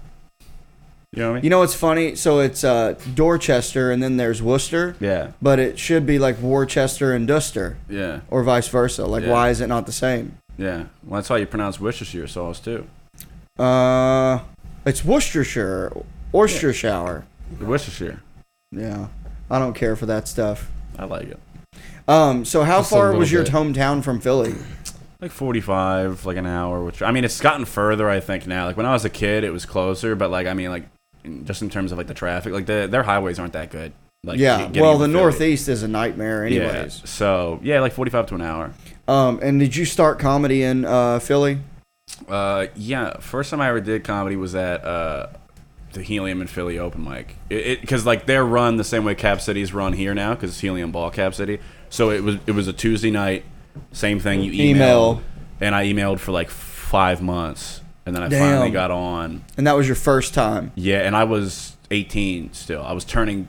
Speaker 2: You know what I mean?
Speaker 1: You know what's funny? So it's uh, Dorchester and then there's Worcester.
Speaker 2: Yeah.
Speaker 1: But it should be like Worcester and Duster.
Speaker 2: yeah,
Speaker 1: Or vice versa. Like,
Speaker 2: Yeah.
Speaker 1: why is it not the same?
Speaker 2: yeah. Well, that's how you pronounce Worcestershire sauce too.
Speaker 1: Uh, it's Worcestershire. Worcestershire.
Speaker 2: Worcestershire.
Speaker 1: Yeah. I don't care for that stuff.
Speaker 2: I like it.
Speaker 1: Um, so how
Speaker 5: a
Speaker 1: far
Speaker 5: little
Speaker 1: was your
Speaker 5: bit.
Speaker 1: hometown from Philly?
Speaker 2: like 45 like an hour which i mean it's gotten further i think now like when i was a kid it was closer but like i mean like in- just in terms of like the traffic like the, their highways aren't that good like
Speaker 1: yeah.
Speaker 2: get- getting
Speaker 1: Well,
Speaker 2: into
Speaker 1: the
Speaker 2: Philly.
Speaker 1: Northeast is a nightmare,
Speaker 2: yeah
Speaker 1: anyways.
Speaker 2: so yeah like 45 to an hour
Speaker 1: Um, and did you start comedy in uh, Philly?
Speaker 2: uh yeah first time i ever did comedy was at uh the helium in philly open mic it because like they're run the same way cap city's run here now because helium ball cap city so it was it was a tuesday night same thing you email,
Speaker 1: Email.
Speaker 2: and i emailed for like five months and then i
Speaker 1: Damn.
Speaker 2: finally got on
Speaker 1: And that was your first time.
Speaker 2: Yeah, and I was 18 still. I was turning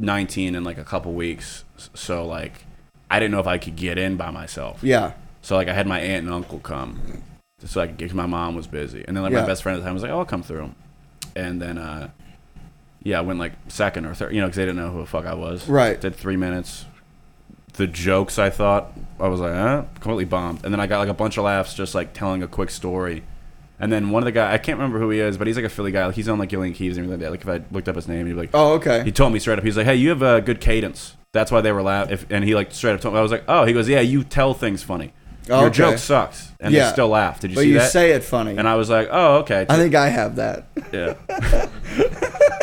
Speaker 2: 19 in like a couple weeks. S- So like I didn't know if I could get in by myself.
Speaker 1: Yeah.
Speaker 2: So like I had my aunt and uncle come, just so I could get. 'cause My mom was busy, and then like
Speaker 1: Yeah.
Speaker 2: my best friend at the time was like, "Oh, I'll come through," and then uh, yeah, I went like second or third, you know, because they didn't know who the fuck I was.
Speaker 1: Right.
Speaker 2: Did three minutes. The jokes I thought I was like, huh? completely bombed, and then I got like a bunch of laughs just like telling a quick story. And then one of the guy I can't remember who he is, but he's like a Philly guy. Like he's on like Gillian Keys and everything like that. Like if I looked up his name, he'd be like,
Speaker 1: Oh, okay.
Speaker 2: he told me straight up. He's like, "Hey, you have a good cadence. That's why they were laughing." If, and he like straight up told me, I was like, "Oh." He goes, "Yeah, you tell things funny.
Speaker 1: Oh,
Speaker 2: Your
Speaker 1: okay.
Speaker 2: joke sucks, and
Speaker 1: Yeah.
Speaker 2: they still laugh. Did you
Speaker 1: but
Speaker 2: see
Speaker 1: you
Speaker 2: that?"
Speaker 1: say it funny.
Speaker 2: and I Uh. was like, "Oh, okay."
Speaker 1: I think I have that.
Speaker 2: yeah.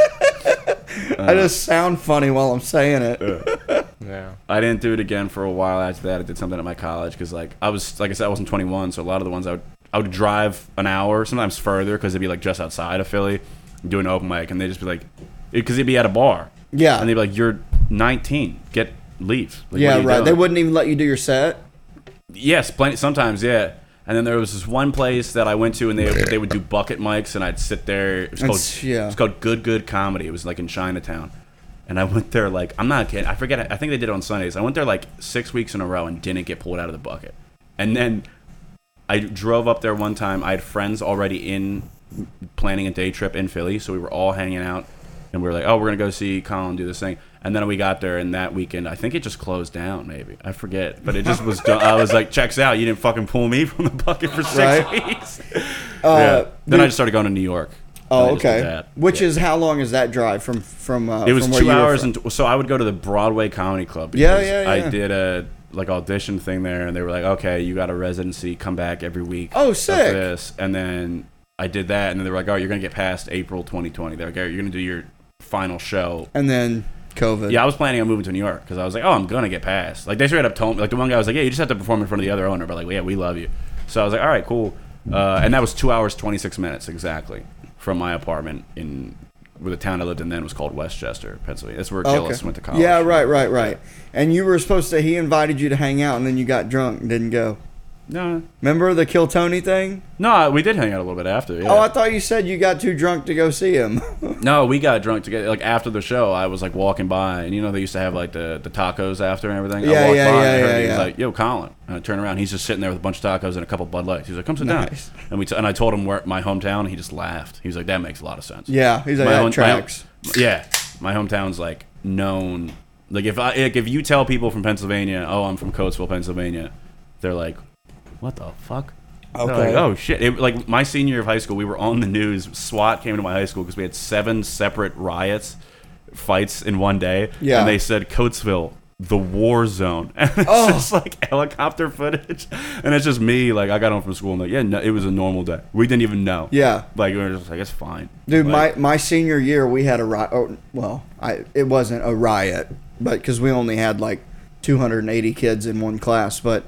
Speaker 1: I just sound funny while I'm saying it.
Speaker 5: Yeah.
Speaker 2: I didn't do it again for a while after that. I did something at my college because like I was like I said I wasn't 21, so a lot of the ones I would I would drive an hour, sometimes further, because it'd be like just outside of Philly, do an open mic, and they'd just be like, because they'd be at a bar,
Speaker 1: Yeah.
Speaker 2: and they'd be like, "You're 19, get leave." Like, what
Speaker 1: yeah,
Speaker 2: are you
Speaker 1: right. They
Speaker 2: doing?
Speaker 1: wouldn't even let you do your set.
Speaker 2: Yes, plenty. Sometimes, yeah. And then there was this one place that I went to, and they they would do bucket mics, and I'd sit there. It was called,
Speaker 1: It's- yeah.
Speaker 2: it was called Good Good Comedy. It was like in Chinatown, and I went there like I'm not kidding. I forget. I think they did it on Sundays. I went there like six weeks in a row and didn't get pulled out of the bucket. And then I drove up there one time. I had friends already in planning a day trip in Philly, so we were all hanging out, and we were like, "Oh, we're gonna go see Colin do this thing." And then we got there, and that weekend, I think it just closed down. Maybe I forget, but it just was. done. I was like, "Checks out! You didn't fucking pull me from the bucket for six
Speaker 1: Right.
Speaker 2: weeks."
Speaker 1: Uh,
Speaker 2: yeah. Then I
Speaker 1: dude-
Speaker 2: just started going to New York.
Speaker 1: Oh, okay. Which is how long is that drive from from? Uh,
Speaker 2: it was
Speaker 1: from where
Speaker 2: two
Speaker 1: you were
Speaker 2: hours,
Speaker 1: from?
Speaker 2: and t- so I would go to the Broadway Comedy Club.
Speaker 1: Yeah,
Speaker 2: because
Speaker 1: yeah, yeah.
Speaker 2: I did a like audition thing there, and they were like, "Okay, you got a residency. Come back every week."
Speaker 1: Oh,
Speaker 2: of
Speaker 1: sick.
Speaker 2: This, and then I did that, and then they were like, "Oh, you're gonna get past April 2020. They're like, "Oh, you're gonna do your final show."
Speaker 1: and then COVID.
Speaker 2: Yeah, I was planning on moving to New York because I was like, "Oh, I'm gonna get past." Like they straight up told me, like the one guy was like, "Yeah, you just have to perform in front of the other owner," but like, "Yeah, we love you." So I was like, "All right, cool." Uh, and that was two hours twenty six minutes exactly from my apartment in where the town I lived in then was called Westchester, Pennsylvania. That's where
Speaker 1: Okay.
Speaker 2: Gillis went to college.
Speaker 1: Yeah, right, right, right. And you were supposed to. He invited you to hang out, and then you got drunk and didn't go.
Speaker 2: No,
Speaker 1: Remember the Kill Tony thing?
Speaker 2: no, we did hang out a little bit after. Yeah.
Speaker 1: Oh, I thought you said you got too drunk to go see him.
Speaker 2: No, we got drunk together. Like after the show, I was like walking by, and you know they used to have like the, the tacos after and everything.
Speaker 1: Yeah,
Speaker 2: I walked
Speaker 1: yeah,
Speaker 2: by
Speaker 1: yeah,
Speaker 2: and I heard
Speaker 1: yeah,
Speaker 2: he was
Speaker 1: yeah.
Speaker 2: like, "Yo, Colin," and I turned around. He's just sitting there with a bunch of tacos and a couple Bud Lights. He's like, "Come sit
Speaker 1: Nice.
Speaker 2: down." And we t- and I told him where my hometown. And he just laughed. He was like, "That makes a lot of sense."
Speaker 1: yeah, he's like that
Speaker 2: home-
Speaker 1: tracks.
Speaker 2: yeah, my hometown's like known. Like if I like, if you tell people from Pennsylvania, "Oh, I'm from Coatesville, Pennsylvania," they're like, "What the fuck?" They're
Speaker 1: Okay.
Speaker 2: Like, oh shit! It, like my senior year of high school, we were on the news. SWAT came to my high school because we had seven separate riots, fights in one day.
Speaker 1: Yeah.
Speaker 2: And they said Coatesville, the war zone, and it's
Speaker 1: Oh.
Speaker 2: just like helicopter footage, and it's just me. Like I got home from school and like, yeah, no, it was a normal day. We didn't even know.
Speaker 1: Yeah.
Speaker 2: Like we were just like, it's fine,
Speaker 1: Dude,
Speaker 2: Like,
Speaker 1: my, my senior year, we had a riot. Oh, well, I it wasn't a riot, but because we only had like 280 kids in one class, but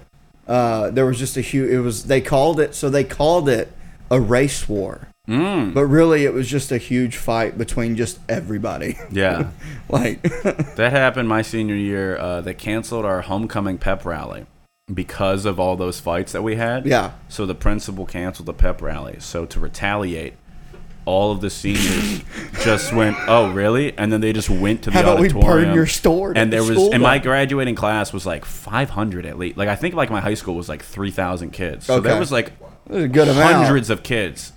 Speaker 1: uh, there was just a huge. It was they called it so they called it a race war, mm. but really it was just a huge fight between just everybody.
Speaker 2: yeah.
Speaker 1: like,
Speaker 2: That happened my senior year. Uh, they canceled our homecoming pep rally because of all those fights that we had.
Speaker 1: Yeah.
Speaker 2: So the principal canceled the pep rally. So to retaliate, all of the seniors just went, "Oh, really?" And then they just went to the
Speaker 1: How about we burn
Speaker 2: auditorium.
Speaker 1: your store
Speaker 2: And
Speaker 1: at
Speaker 2: there
Speaker 1: the
Speaker 2: was,
Speaker 1: school
Speaker 2: and my
Speaker 1: then?
Speaker 2: graduating class was like 500 at least. Like I think like my high school was like 3,000 kids. So
Speaker 1: Okay.
Speaker 2: there was like
Speaker 1: a good amount.
Speaker 2: hundreds of kids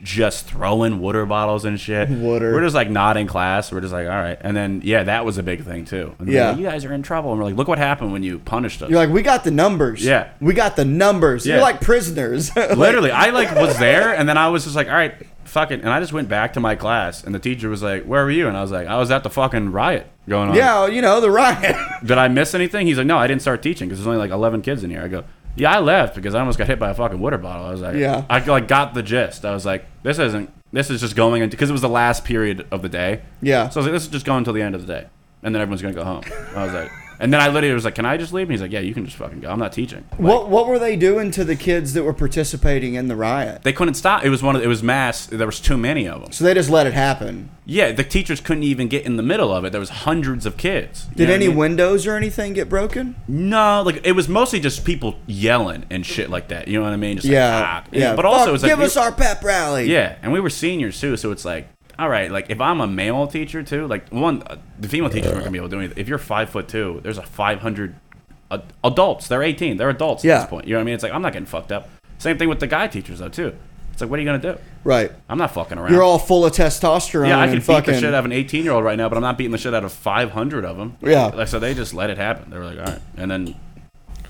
Speaker 2: just throwing water bottles and shit.
Speaker 1: Water.
Speaker 2: We're just like not in class. We're just like, all right. And then yeah, that was a big thing too. And they're
Speaker 1: Yeah.
Speaker 2: like, you guys are in trouble. And we're like, look what happened when you punished us.
Speaker 1: you're like, we got the numbers.
Speaker 2: Yeah.
Speaker 1: we got the numbers.
Speaker 2: Yeah.
Speaker 1: You're like prisoners.
Speaker 2: Literally, I like was there, and then I was just like, all right, fuck it. And I just went back to my class, and the teacher was like, where were you? And I was like, I was at the fucking riot going on.
Speaker 1: yeah, you know the riot.
Speaker 2: Did I miss anything? He's like, no, I didn't start teaching because there's only like 11 kids in here. I go, yeah, I left because I almost got hit by a fucking water bottle. I was like,
Speaker 1: Yeah.
Speaker 2: I like got the gist. I was like, this isn't. This is just going into because it was the last period of the day.
Speaker 1: Yeah.
Speaker 2: So I was like, this is just going until the end of the day, and then everyone's gonna go home. I was like, and then I literally was like, can I just leave? And he's like, yeah, you can just fucking go. I'm not teaching.
Speaker 1: what what were they doing to the kids that were participating in the riot?
Speaker 2: They couldn't stop. It was one. Of, it was mass. There was too many of them.
Speaker 1: So they just let it happen.
Speaker 2: Yeah, the teachers couldn't even get in the middle of it. There was hundreds of kids. You
Speaker 1: Did
Speaker 2: know what I
Speaker 1: any
Speaker 2: mean?
Speaker 1: windows or anything get broken?
Speaker 2: No, like it was mostly just people yelling and shit like that. You know what I mean? Just
Speaker 1: Yeah,
Speaker 2: like, ah.
Speaker 1: yeah.
Speaker 2: But also,
Speaker 1: Fuck,
Speaker 2: it's like
Speaker 1: give
Speaker 2: we-
Speaker 1: us our pep rally.
Speaker 2: yeah, and we were seniors too, so it's like, all right, like if I'm a male teacher too, like one, uh, the female teachers aren't gonna be able to do anything. If you're five foot two, there's a 500 a- adults. They're 18. They're adults at
Speaker 1: Yeah.
Speaker 2: this point. You know what I mean? It's like I'm not getting fucked up. Same thing with the guy teachers though too. It's like what are you gonna do?
Speaker 1: Right.
Speaker 2: I'm not fucking around.
Speaker 1: You're all full of testosterone.
Speaker 5: Um,
Speaker 2: yeah, I
Speaker 1: and
Speaker 2: can beat
Speaker 1: fucking,
Speaker 2: the shit out of an 18 year old right now, but I'm not beating the shit out of 500 of them.
Speaker 1: Yeah.
Speaker 2: Like, so they just let it happen. They were like, all right, and then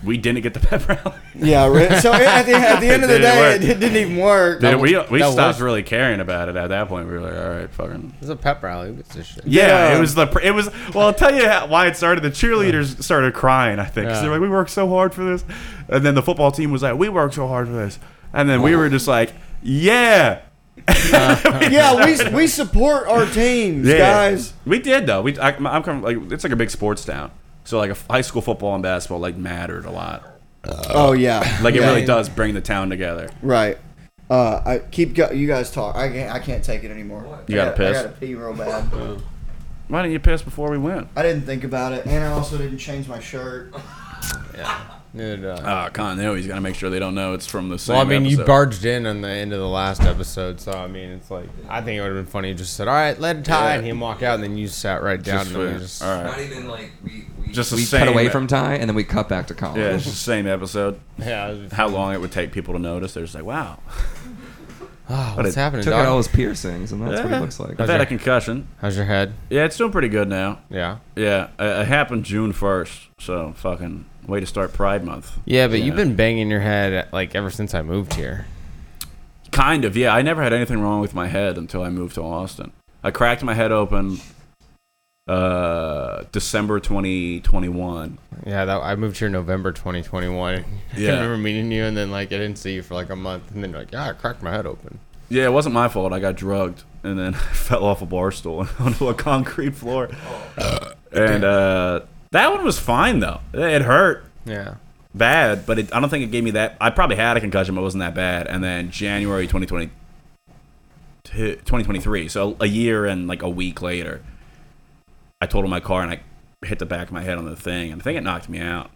Speaker 2: we didn't get the pep rally.
Speaker 1: Yeah, right. So at the, at the end of the
Speaker 2: It didn't
Speaker 1: day,
Speaker 2: work.
Speaker 1: it, didn't- didn't even work.
Speaker 2: Dude, we we
Speaker 5: that
Speaker 2: stopped
Speaker 5: was-
Speaker 2: really caring about it at that point. We were like, all right, fucking.
Speaker 5: It's a pep rally. Who gives a shit?
Speaker 2: Yeah,
Speaker 1: Yeah.
Speaker 2: it was the pr- it was. Well, I'll tell you how- why it started. The cheerleaders started crying. I think 'cause they're
Speaker 5: Yeah.
Speaker 2: like, we worked so hard for this, and then the football team was like, we worked so hard for this, and then we
Speaker 5: Oh.
Speaker 2: were just like, yeah,
Speaker 1: yeah, we, we support our teams,
Speaker 2: yeah.
Speaker 1: guys.
Speaker 2: We did though. We I, I'm coming like it's like a big sports town. So like a f- high school football and basketball like mattered a lot.
Speaker 1: Oh yeah,
Speaker 2: Uh, Like it
Speaker 1: Yeah.
Speaker 2: really does bring the town together.
Speaker 1: Right. Uh, I keep go- you guys talk. I can't, I can't take it anymore.
Speaker 2: You
Speaker 1: I
Speaker 2: gotta
Speaker 1: I
Speaker 2: piss?
Speaker 1: gotta pee real bad.
Speaker 2: Why didn't you piss before we went?
Speaker 1: I didn't think about it, and I also didn't change my shirt.
Speaker 5: Dude, uh,
Speaker 2: Ah, Con, they always got to make sure they don't know it's from the same.
Speaker 5: well, I mean, you
Speaker 2: episode.
Speaker 5: barged in on the end of the last episode, so I mean, it's like I think it would have been funny. if You just said, "All right, let it tie," and him walk out, and then you sat right
Speaker 2: Just
Speaker 5: down and then we
Speaker 2: for-
Speaker 5: just
Speaker 2: all
Speaker 6: Not
Speaker 2: right.
Speaker 6: even like we we
Speaker 2: Just the
Speaker 6: we
Speaker 2: same-
Speaker 6: cut away from Ty and then we cut back to Colin.
Speaker 2: Yeah, it's the same episode.
Speaker 5: yeah. it was-
Speaker 2: How long it would take people to notice? They're just like, wow,
Speaker 5: Oh,
Speaker 2: But
Speaker 5: what's
Speaker 2: it
Speaker 5: happening,
Speaker 6: Took out all
Speaker 5: dog?
Speaker 6: his piercings and that's what
Speaker 2: Yeah.
Speaker 6: he looks like.
Speaker 2: I've had a concussion.
Speaker 5: How's your head?
Speaker 2: Yeah, it's doing pretty good now.
Speaker 5: Yeah.
Speaker 2: Yeah, it, it happened June first, so fucking way to start Pride Month.
Speaker 5: Yeah, but you've been banging your head like ever since I moved here.
Speaker 2: Kind of, yeah. I never had anything wrong with my head until I moved to Austin. I cracked my head open uh December 2021.
Speaker 5: Yeah, that I moved here November 2021.
Speaker 2: Yeah.
Speaker 5: I remember meeting you, and then like I didn't see you for like a month, and then you're like, "Yeah, I cracked my head open."
Speaker 2: Yeah, it wasn't my fault. I got drugged and then fell off a bar stool and onto a concrete floor. And uh that one was fine though. It hurt
Speaker 5: Yeah.
Speaker 2: bad, but it, I don't think it gave me that. I probably had a concussion, but it wasn't that bad. And then January 2020, 2023, so a year and like a week later, I totaled my car and I hit the back of my head on the thing, and I think it knocked me out.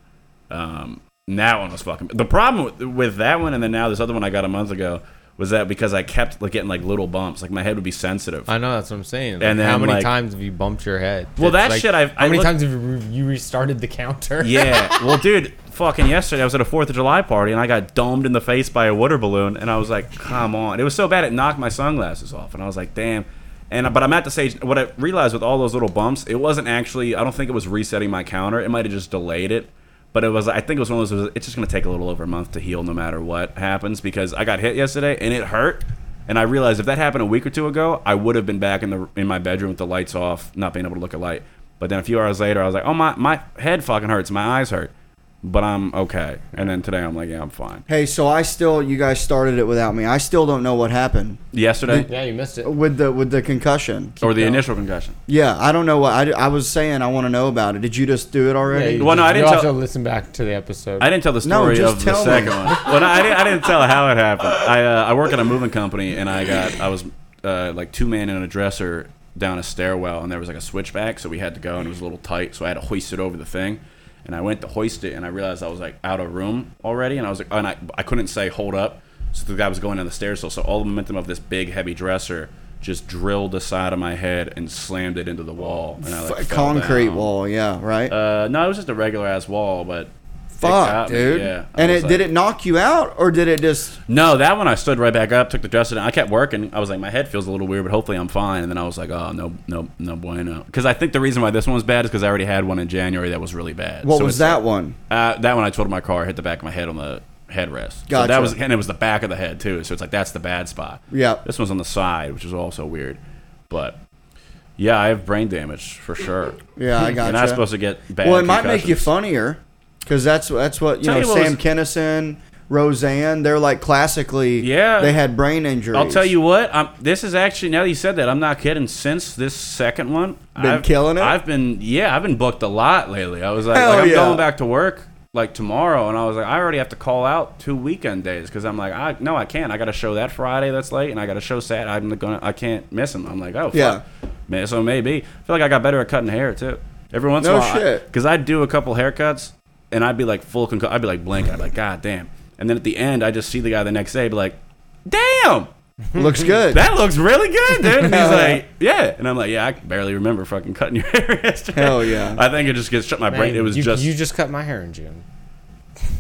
Speaker 2: Um, and that one was fucking. The problem with, with that one, and then now this other one I got a month ago, was that because I kept like getting like little bumps, like my head would be sensitive.
Speaker 5: I know that's what I'm saying. Like,
Speaker 2: And then,
Speaker 5: how many
Speaker 2: like-
Speaker 5: times have you bumped your head?
Speaker 2: Well,
Speaker 5: It's
Speaker 2: that
Speaker 5: like-
Speaker 2: shit I've-
Speaker 5: How
Speaker 2: I
Speaker 5: many
Speaker 2: look-
Speaker 5: times have you, re- you restarted the counter?
Speaker 2: Yeah. Well, dude, fucking yesterday I was at a Fourth of July party and I got domed in the face by a water balloon and I was like, come on. It was so bad it knocked my sunglasses off and I was like, damn. And but I'm at the stage. What I realized with all those little bumps, it wasn't actually. I don't think it was resetting my counter. It might have just delayed it. But it was. I think it was one of those. It's just gonna take a little over a month to heal, no matter what happens. Because I got hit yesterday and it hurt. And I realized if that happened a week or two ago, I would have been back in the in my bedroom with the lights off, not being able to look at light. But then a few hours later, I was like, oh my my head fucking hurts, my eyes hurt, but I'm okay. And then today, I'm like, yeah, I'm fine.
Speaker 1: Hey, so I still you guys started it without me. I still don't know what happened
Speaker 2: Yesterday
Speaker 5: Yeah, you missed
Speaker 2: Oh,
Speaker 5: it.
Speaker 1: with the with the concussion.
Speaker 2: or the initial concussion.
Speaker 1: Yeah, I don't know what I, I was saying. I want to know about it. Did you just do it already?
Speaker 2: Well, no, I didn't
Speaker 5: You
Speaker 2: tell-
Speaker 5: also listen back to the episode.
Speaker 2: I didn't tell the
Speaker 1: No,
Speaker 2: story
Speaker 1: just
Speaker 2: of the
Speaker 1: tell
Speaker 2: second
Speaker 1: them.
Speaker 2: one. Well, no, I, didn't, I didn't tell how it happened. I uh, I work at a moving company, and I got I was uh, like two men in a dresser down a stairwell, and there was like a switchback, so we had to go, and it was a little tight, so I had to hoist it over the thing. And I went to hoist it, and I realized I was like out of room already, and I was like, and I, I couldn't say hold up, so the guy was going down the stairs, so so all the momentum of this big heavy dresser just drilled the side of my head and slammed it into the wall. And I, like,
Speaker 1: F-
Speaker 2: fell
Speaker 1: concrete
Speaker 2: down.
Speaker 1: wall. Yeah, right.
Speaker 2: Uh, no, it was just a regular ass wall, but
Speaker 1: Fuck,
Speaker 2: got me,
Speaker 1: dude.
Speaker 2: yeah. I
Speaker 1: and
Speaker 2: was
Speaker 1: it did
Speaker 2: like-
Speaker 1: it knock you out or did it just?
Speaker 2: No, that one I stood right back up, took the dresser down. I kept working. I was like, my head feels a little weird, but hopefully I'm fine. And then I was like, oh no, no, no bueno. Because I think the reason why this one was bad is because I already had one in January that was really bad.
Speaker 1: What
Speaker 2: So
Speaker 1: was
Speaker 2: it's
Speaker 1: that
Speaker 2: like-
Speaker 1: one?
Speaker 2: Uh, that one I told my car hit the back of my head on the headrest. So
Speaker 1: Gotcha.
Speaker 2: that was and it was the back of the head too. So it's like that's the bad spot.
Speaker 1: Yep.
Speaker 2: This one's on the side, which is also weird. But yeah, I have brain damage for sure.
Speaker 1: Yeah, I got.
Speaker 2: You're not supposed to get bad.
Speaker 1: Well, it might make you
Speaker 2: concussions.
Speaker 1: funnier because that's that's what you
Speaker 2: Tell
Speaker 1: know.
Speaker 2: you what
Speaker 1: Sam
Speaker 2: was-
Speaker 1: Kennison, Roseanne, they're like classically.
Speaker 2: Yeah.
Speaker 1: they had brain injuries.
Speaker 2: I'll tell you what. I'm, this is actually now that you said that, I'm not kidding. Since this second one,
Speaker 1: Been
Speaker 2: I've,
Speaker 1: killing it?
Speaker 2: I've been yeah, I've been booked a lot lately. I was like,
Speaker 1: Hell
Speaker 2: like, I'm
Speaker 1: yeah.
Speaker 2: going back to work like tomorrow, and I was like, I already have to call out two weekend days because I'm like, I no, I can't. I got to show that Friday that's late, and I got to show Sat. I'm gonna, I can't miss them. I'm like, oh fuck.
Speaker 1: Yeah.
Speaker 2: man. So maybe I feel like I got better at cutting hair too. Every once
Speaker 1: No
Speaker 2: in a while,
Speaker 1: shit.
Speaker 2: because I'd do a couple haircuts and I'd be like full concu- I'd be like blanking. I'd be like, God damn. And then at the end, I just see the guy the next day, be like, Damn,
Speaker 1: Looks good.
Speaker 2: That looks really good, dude. And he's
Speaker 1: Hell Oh, yeah.
Speaker 2: like, yeah. And I'm like, yeah, I barely remember fucking cutting your hair yesterday.
Speaker 1: Hell yeah.
Speaker 2: I think it just gets shut my brain.
Speaker 5: Man,
Speaker 2: It was
Speaker 5: you,
Speaker 2: just,
Speaker 5: you just cut my hair in June.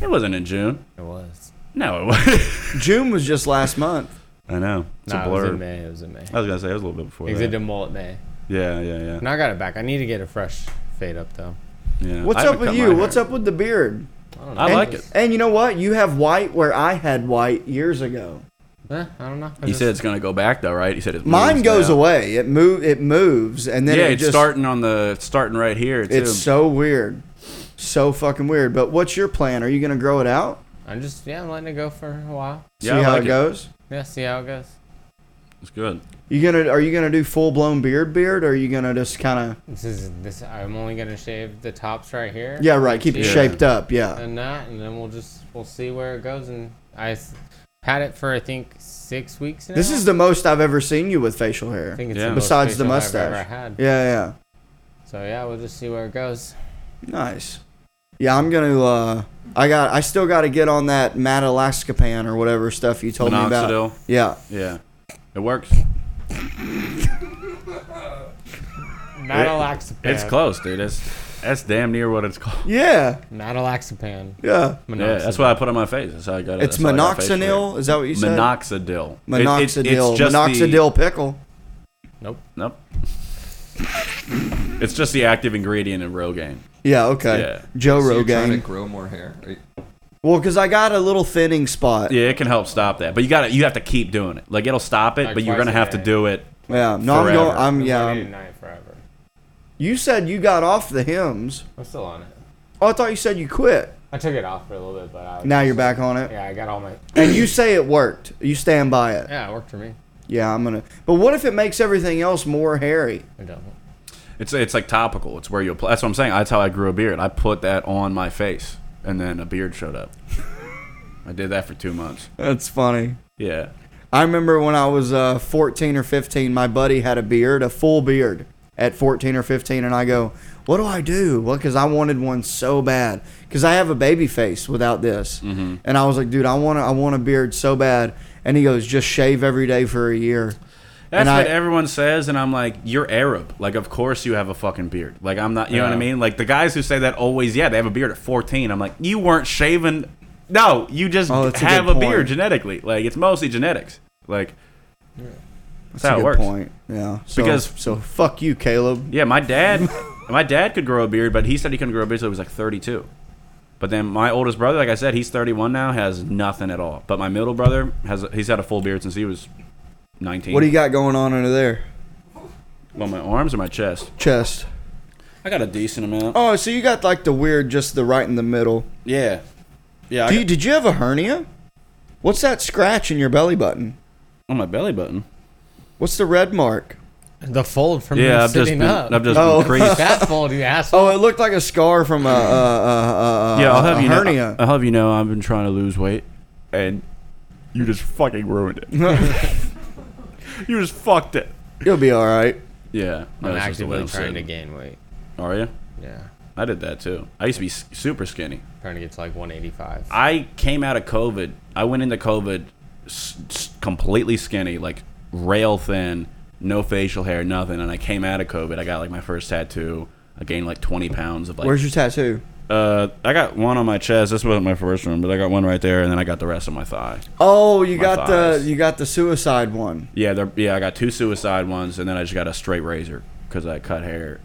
Speaker 2: it wasn't in June.
Speaker 5: It was.
Speaker 2: No, it wasn't.
Speaker 1: June was just last month.
Speaker 2: I know. It's
Speaker 5: nah,
Speaker 2: a
Speaker 5: it was
Speaker 2: blur. Oh,
Speaker 5: in May. It was in
Speaker 2: I
Speaker 5: May.
Speaker 2: was going to say, it was a little bit before
Speaker 5: Because
Speaker 2: that.
Speaker 5: it did mullet May.
Speaker 2: Yeah, yeah, yeah.
Speaker 5: And I got it back. I need to get a fresh fade up though.
Speaker 2: yeah.
Speaker 1: What's
Speaker 2: I
Speaker 1: up
Speaker 2: haven't
Speaker 1: with
Speaker 2: cut my
Speaker 1: you?
Speaker 2: hair.
Speaker 1: What's up with the beard?
Speaker 5: I don't know.
Speaker 2: I
Speaker 1: And-
Speaker 2: like it.
Speaker 1: And you know what? You have white where I had white years ago.
Speaker 5: Eh, I don't know. I
Speaker 2: He
Speaker 5: just-
Speaker 2: said it's going to go back, though, right? He said it
Speaker 1: Mine
Speaker 2: moves
Speaker 1: goes
Speaker 2: now.
Speaker 1: away. It move. It moves, and then
Speaker 2: Yeah,
Speaker 1: it
Speaker 2: it's
Speaker 1: just,
Speaker 2: starting on the, it's starting right here, too.
Speaker 1: It's so weird, so fucking weird. But what's your plan? Are you gonna grow it out?
Speaker 5: I'm just yeah, I'm letting it go for a while.
Speaker 1: See
Speaker 2: Yeah, I
Speaker 1: how
Speaker 2: like
Speaker 1: it
Speaker 2: it.
Speaker 1: goes.
Speaker 5: Yeah, see how it goes.
Speaker 2: It's good.
Speaker 1: You gonna? Are you gonna do full blown beard beard, or are you gonna just kind of?
Speaker 5: This is this. I'm only gonna shave the tops right here.
Speaker 1: Yeah, right. Keep it
Speaker 5: Yeah.
Speaker 1: shaped up. Yeah.
Speaker 5: And that, and then we'll just we'll see where it goes. And I s- had it for I think six weeks. Now.
Speaker 1: This is the most I've ever seen you with facial
Speaker 5: I
Speaker 1: hair,
Speaker 5: think it's
Speaker 2: Yeah.
Speaker 5: the most
Speaker 1: besides the
Speaker 5: facial I've
Speaker 1: mustache.
Speaker 5: ever had.
Speaker 1: Yeah,
Speaker 5: So yeah, we'll just see where it goes.
Speaker 1: yeah. Nice. Yeah, I'm gonna. uh I got. I still got to get on that matalaxcapan or whatever stuff you told me about.
Speaker 2: Minoxidil.
Speaker 1: Yeah.
Speaker 2: Yeah. It works.
Speaker 5: Metalaxapan.
Speaker 2: It's close, dude. That's, that's damn near what it's called.
Speaker 1: Yeah.
Speaker 5: Metalaxapan.
Speaker 1: Yeah.
Speaker 2: Yeah, that's what I put on my face. That's how I got it.
Speaker 1: It's
Speaker 2: that's how I got facial hair.
Speaker 1: minoxidil. Is that what you said?
Speaker 2: Minoxidil. It- it- it's
Speaker 1: minoxidil.
Speaker 2: just the-
Speaker 1: minoxidil pickle.
Speaker 5: Nope.
Speaker 2: Nope. it's just the active ingredient in Rogaine.
Speaker 1: Yeah. Okay.
Speaker 2: Yeah.
Speaker 1: Joe
Speaker 6: So you're trying to
Speaker 1: Rogan.
Speaker 6: grow more hair. Are you-
Speaker 1: Well, because I got a little thinning spot. Yeah.
Speaker 2: Yeah, it can help stop that, but you got to you have to keep doing it. Like it'll stop it,
Speaker 5: Like
Speaker 2: but you're
Speaker 5: twice
Speaker 2: gonna
Speaker 5: a
Speaker 2: have to
Speaker 5: day.
Speaker 2: do it.
Speaker 1: No, I'm
Speaker 2: Forever.
Speaker 1: going. I'm yeah.
Speaker 5: I've been
Speaker 1: I'm-
Speaker 5: eating it forever.
Speaker 1: you said you got off the hymns.
Speaker 5: I'm still on it.
Speaker 1: Oh, I thought you said you quit.
Speaker 5: I took it off for a little bit, but I was
Speaker 1: Now you're back on it.
Speaker 5: Yeah, I got all my.
Speaker 1: And you say it worked. You stand by it.
Speaker 5: Yeah, it worked for me.
Speaker 1: Yeah, I'm gonna. But what if it makes everything else more hairy?
Speaker 5: It doesn't.
Speaker 2: It's it's like topical. It's where you apply. That's what I'm saying. That's how I grew a beard. I put that on my face, and then a beard showed up. I did that for two months.
Speaker 1: That's funny.
Speaker 2: Yeah,
Speaker 1: I remember when I was uh, 14 or 15, my buddy had a beard, a full beard at 14 or 15, and I go, "What do I do?" Well, because I wanted one so bad, because I have a baby face without this, and I was like, "Dude, I want to, I want a beard so bad," and he goes, "Just shave every day for a year." and
Speaker 2: that's what
Speaker 1: I,
Speaker 2: everyone says, and I'm like, you're Arab. Like, of course you have a fucking beard. Like, I'm not. You know what I
Speaker 5: Yeah.
Speaker 2: mean? Like the guys who say that always, yeah, they have a beard at 14. I'm like, you weren't shaving. No, you just
Speaker 1: Oh, that's a
Speaker 2: have
Speaker 1: good
Speaker 2: a beard
Speaker 1: point.
Speaker 2: genetically. Like it's mostly genetics. Like that's,
Speaker 1: That's a
Speaker 2: how it
Speaker 1: good
Speaker 2: works.
Speaker 1: point. Yeah. So,
Speaker 2: Because-
Speaker 1: so fuck you, Caleb.
Speaker 2: Yeah, my dad, my dad could grow a beard, but he said he couldn't grow a beard until he was like 32. But then my oldest brother, like I said, he's 31 now, has nothing at all. But my middle brother has he's had a full beard since he was 19.
Speaker 1: What do you got going on under there?
Speaker 2: On my arms or my chest?
Speaker 1: Chest.
Speaker 2: I got a decent amount.
Speaker 1: Oh, so you got like the weird, just the right in the middle.
Speaker 2: Yeah, yeah. I
Speaker 1: Do
Speaker 2: got-
Speaker 1: you, did you have a hernia? What's that scratch in your belly button?
Speaker 2: on my belly button.
Speaker 1: What's the red mark?
Speaker 5: The fold from
Speaker 2: Yeah,
Speaker 5: yeah,
Speaker 2: I've just
Speaker 5: sitting
Speaker 2: been,
Speaker 5: up.
Speaker 2: I've just
Speaker 1: Oh.
Speaker 2: been creased.
Speaker 5: that fold, you asshole.
Speaker 1: Oh, it looked like a scar from a, a, a, a,
Speaker 2: Yeah, I'll
Speaker 1: a
Speaker 2: have you
Speaker 1: hernia.
Speaker 2: know. I'll have you know, I've been trying to lose weight, and you just fucking ruined it. you just fucked it.
Speaker 1: You'll be all right.
Speaker 2: Yeah, no,
Speaker 5: I'm
Speaker 2: that's just the way
Speaker 5: actively
Speaker 2: sitting.
Speaker 5: trying to gain weight.
Speaker 2: Are you?
Speaker 5: Yeah.
Speaker 2: I did that too. I used to be s- super skinny.
Speaker 5: Trying to get to like 185.
Speaker 2: I came out of COVID. I went into COVID s- s- completely skinny, like rail thin, no facial hair, nothing. And I came out of COVID. I got like my first tattoo. I gained like 20 pounds of like.
Speaker 1: Where's your tattoo?
Speaker 2: uh, I got one on my chest. This wasn't my first one, but I got one right there, and then I got the rest on my thigh.
Speaker 1: Oh, you
Speaker 2: My
Speaker 1: got
Speaker 2: thighs.
Speaker 1: the you got the suicide one.
Speaker 2: Yeah, there, yeah, I got two suicide ones, and then I just got a straight razor because I cut hair.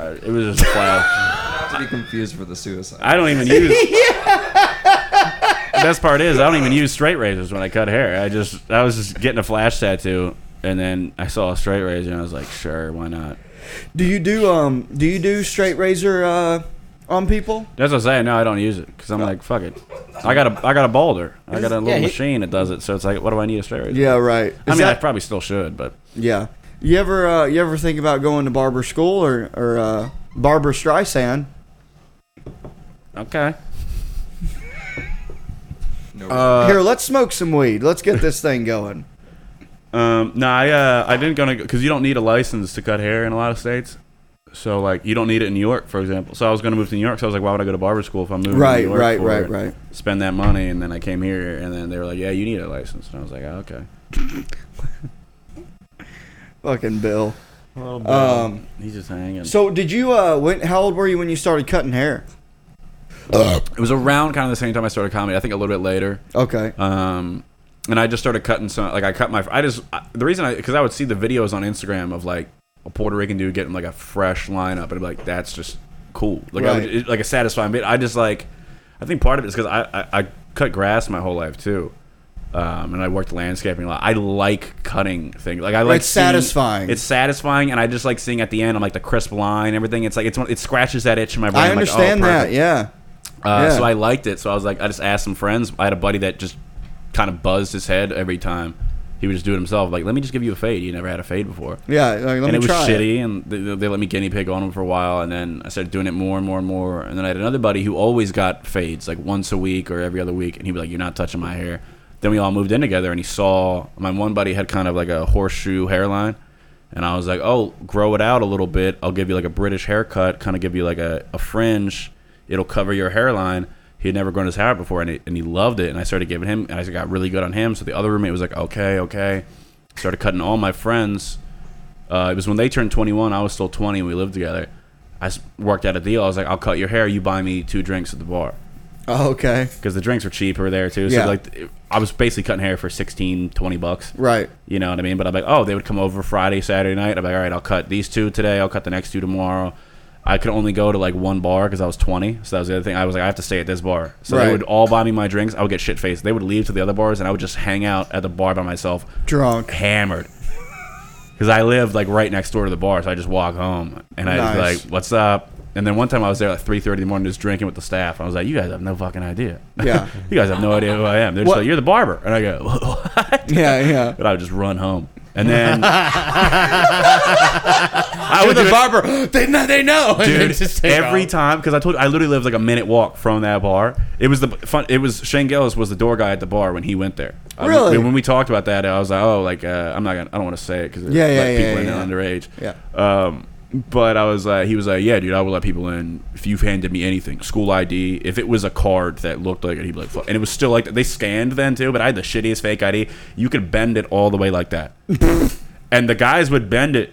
Speaker 2: I, it was just a flower.
Speaker 6: To be confused for the suicide.
Speaker 2: I don't even use. The best part is I don't even use straight razors when I cut hair. I just I was just getting a flash tattoo, and then I saw a straight razor, and I was like, sure, why not?
Speaker 1: Do you do um do you do straight razor uh on people?
Speaker 2: That's what I'm saying. No, I don't use it because I'm like, fuck it. I got a I got a boulder. I got a little
Speaker 5: he-
Speaker 2: machine that does it. So it's like, what do I need a straight razor?
Speaker 1: Yeah, right.
Speaker 2: I
Speaker 1: Is
Speaker 2: mean, I
Speaker 1: that-
Speaker 2: probably still should, but
Speaker 1: yeah. You ever uh, you ever think about going to barber school or or uh, barber Streisand?
Speaker 2: okay.
Speaker 6: No,
Speaker 5: Uh,
Speaker 2: Uh,
Speaker 1: Here, let's smoke some weed. Let's get this thing going.
Speaker 2: Um, no, I uh, I didn't gonna because you don't need a license to cut hair in a lot of states. So like you don't need it in New York, for example. So I was gonna move to New York. So I was like, why would I go to barber school if I'm moving
Speaker 1: Right,
Speaker 2: to New York?
Speaker 1: right,
Speaker 2: for
Speaker 1: right,
Speaker 2: it?
Speaker 1: right.
Speaker 2: Spend that money, and then I came here, and then they were like, yeah, you need a license, and I was like, oh, okay.
Speaker 1: Fucking Bill.
Speaker 2: Oh,
Speaker 1: Um,
Speaker 2: He's just hanging.
Speaker 1: so did you? Uh, when? How old were you when you started cutting hair?
Speaker 2: it was around kind of the same time I started comedy. I think a little bit later.
Speaker 1: Okay.
Speaker 2: Um, and I just started cutting some. Like I cut my. I just I, the reason I because I would see the videos on Instagram of like a Puerto Rican dude getting like a fresh lineup, and I'd be like, that's just cool. Like I would,
Speaker 1: Right.
Speaker 2: it, like a satisfying bit. I just like. I think part of it is because I, I I cut grass my whole life too. Um, and I worked landscaping a lot. I like cutting things. Like I like
Speaker 1: It's
Speaker 2: seeing-
Speaker 1: satisfying.
Speaker 2: It's satisfying, and I just like seeing at the end. I'm like the crisp line, everything. It's like it's one- it scratches that itch in my brain.
Speaker 1: I
Speaker 2: I'm like, oh,
Speaker 1: understand that.
Speaker 2: perfect.
Speaker 1: Yeah.
Speaker 2: Uh,
Speaker 1: Yeah.
Speaker 2: So I liked it. So I was like, I just asked some friends. I had a buddy that just kind of buzzed his head every time. He would just do it himself. Like, let me just give you a fade. You never had a fade before.
Speaker 1: Yeah. Like, let
Speaker 2: and
Speaker 1: me
Speaker 2: it was
Speaker 1: try.
Speaker 2: shitty, and they, they let me guinea pig on him for a while, and then I started doing it more and more and more. And then I had another buddy who always got fades, like once a week or every other week, and he'd be like, "You're not touching my hair." Then we all moved in together, and he saw my one buddy had kind of like a horseshoe hairline, and I was like, "Oh, grow it out a little bit. I'll give you like a British haircut, kind of give you like a, a fringe. It'll cover your hairline." He had never grown his hair out before, and he, and he loved it. And I started giving him, and I got really good on him. So the other roommate was like, "Okay, okay." Started cutting all my friends. Uh, it was when they turned 21. I was still 20. We lived together. I s- worked out a deal. I was like, I'll cut your hair. You buy me two drinks at the bar
Speaker 1: Oh, okay.
Speaker 2: because the drinks were cheaper there too. So
Speaker 1: Yeah.
Speaker 2: like, it- I was basically cutting hair for 16, 20 bucks.
Speaker 1: Right.
Speaker 2: You know what I mean? But I'm like, oh, they would come over Friday, Saturday night. I'm like, all right, I'll cut these two today. I'll cut the next two tomorrow. I could only go to like one bar because I was 20. So that was the other thing. I was like, I have to stay at this bar. So
Speaker 1: Right.
Speaker 2: they would all buy me my drinks. I would get shit faced. They would leave to the other bars and I would just hang out at the bar by myself
Speaker 1: Drunk.
Speaker 2: hammered. Because I lived like right next door to the bar, so I just walk home and I
Speaker 1: Nice.
Speaker 2: was like, "What's up?" And then one time I was there at three thirty in the morning, just drinking with the staff. I was like, "You guys have no fucking idea.
Speaker 1: Yeah.
Speaker 2: you guys have no idea who I am." They're just
Speaker 1: What-
Speaker 2: like, "You're the barber," and I go, "What?"
Speaker 1: Yeah. Yeah.
Speaker 2: And I would just run home, and then I
Speaker 5: You're
Speaker 2: would
Speaker 5: the
Speaker 2: do it-
Speaker 5: barber. They know. They know. And they
Speaker 2: dude.
Speaker 5: Oh, just take
Speaker 2: every
Speaker 5: off.
Speaker 2: time, because I told you, I literally lived like a minute walk from that bar. It was the fun. It was Shane Gillis was the door guy at the bar when he went there. Uh, we-
Speaker 1: Really?
Speaker 2: when we talked about that, I was like, oh, like uh, I'm not gonna, I don't want to say it because
Speaker 1: Yeah, yeah, yeah,
Speaker 2: people in
Speaker 1: yeah.
Speaker 2: underage.
Speaker 1: Yeah.
Speaker 2: Um, but I was like, he was like, yeah, dude, I will let people in if you've handed me anything, school ID, if it was a card that looked like it, he'd be like, fuck. and it was still like that. They scanned then too, but I had the shittiest fake ID. You could bend it all the way like that, and the guys would bend it.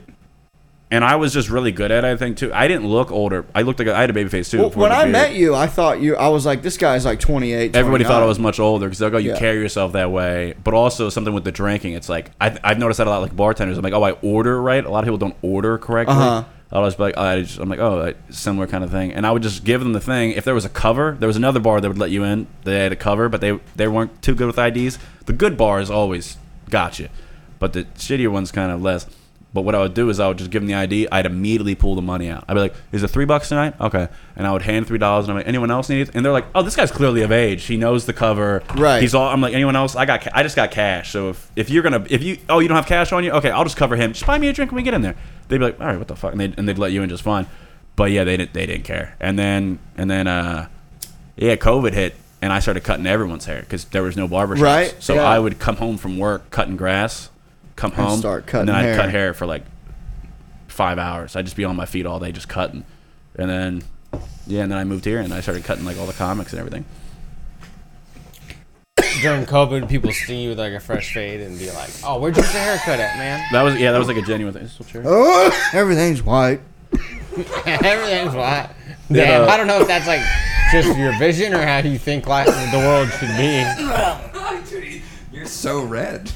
Speaker 2: And I was just really good at it, I think, too. I didn't look older. I looked like I had a baby face, too.
Speaker 1: Well,
Speaker 2: before
Speaker 1: when
Speaker 2: the
Speaker 1: I
Speaker 2: beard.
Speaker 1: met you, I thought you. I was like, this guy's like 28.
Speaker 2: Everybody thought
Speaker 1: 29.
Speaker 2: I was much older because they'll go, you
Speaker 1: Yeah.
Speaker 2: carry yourself that way. But also something with the drinking, it's like I, I've noticed that a lot. Like bartenders, I'm like, oh, I order right. A lot of people don't order correctly.
Speaker 1: Uh-huh.
Speaker 2: I'll just be like, oh, I just, I'm like, oh, like, similar kind of thing. And I would just give them the thing. If there was a cover, there was another bar that would let you in. They had a cover, but they they weren't too good with IDs. The good bars always got you, but the shittier ones kind of less. But what I would do is I would just give them the ID. I'd immediately pull the money out. I'd be like, "Is it three bucks tonight? Okay." And I would hand three dollars, and I'm like, "Anyone else need?" it?" And they're like, "Oh, this guy's clearly of age. He knows the cover.
Speaker 1: Right.
Speaker 2: He's all." I'm like, "Anyone else? I got. Ca- I just got cash. So if if you're gonna if you oh you don't have cash on you, okay, I'll just cover him. Just buy me a drink when we get in there." They'd be like, "All right, what the fuck?" And they'd, and they'd let you in just fine. But yeah, they didn't they didn't care. And then and then uh, yeah, COVID hit, and I started cutting everyone's hair because there was no barber shops.
Speaker 1: Right,
Speaker 2: So
Speaker 1: yeah.
Speaker 2: I would come home from work cutting grass, come home,
Speaker 1: start
Speaker 2: and
Speaker 1: cutting
Speaker 2: then I'd
Speaker 1: hair.
Speaker 2: cut hair for like five hours. I'd just be on my feet all day just cutting, and then yeah, and then I moved here and I started cutting like all the comics and everything.
Speaker 5: during COVID, people see you with like a fresh fade and be like, "Oh, where'd you get your haircut at, man?"
Speaker 2: That was yeah, that was like a genuine thing. Is this still cherry?
Speaker 1: Everything's white.
Speaker 5: Everything's hot. Damn,
Speaker 2: uh,
Speaker 5: I don't know if that's like just your vision or how you think like the world should be.
Speaker 6: You're so red.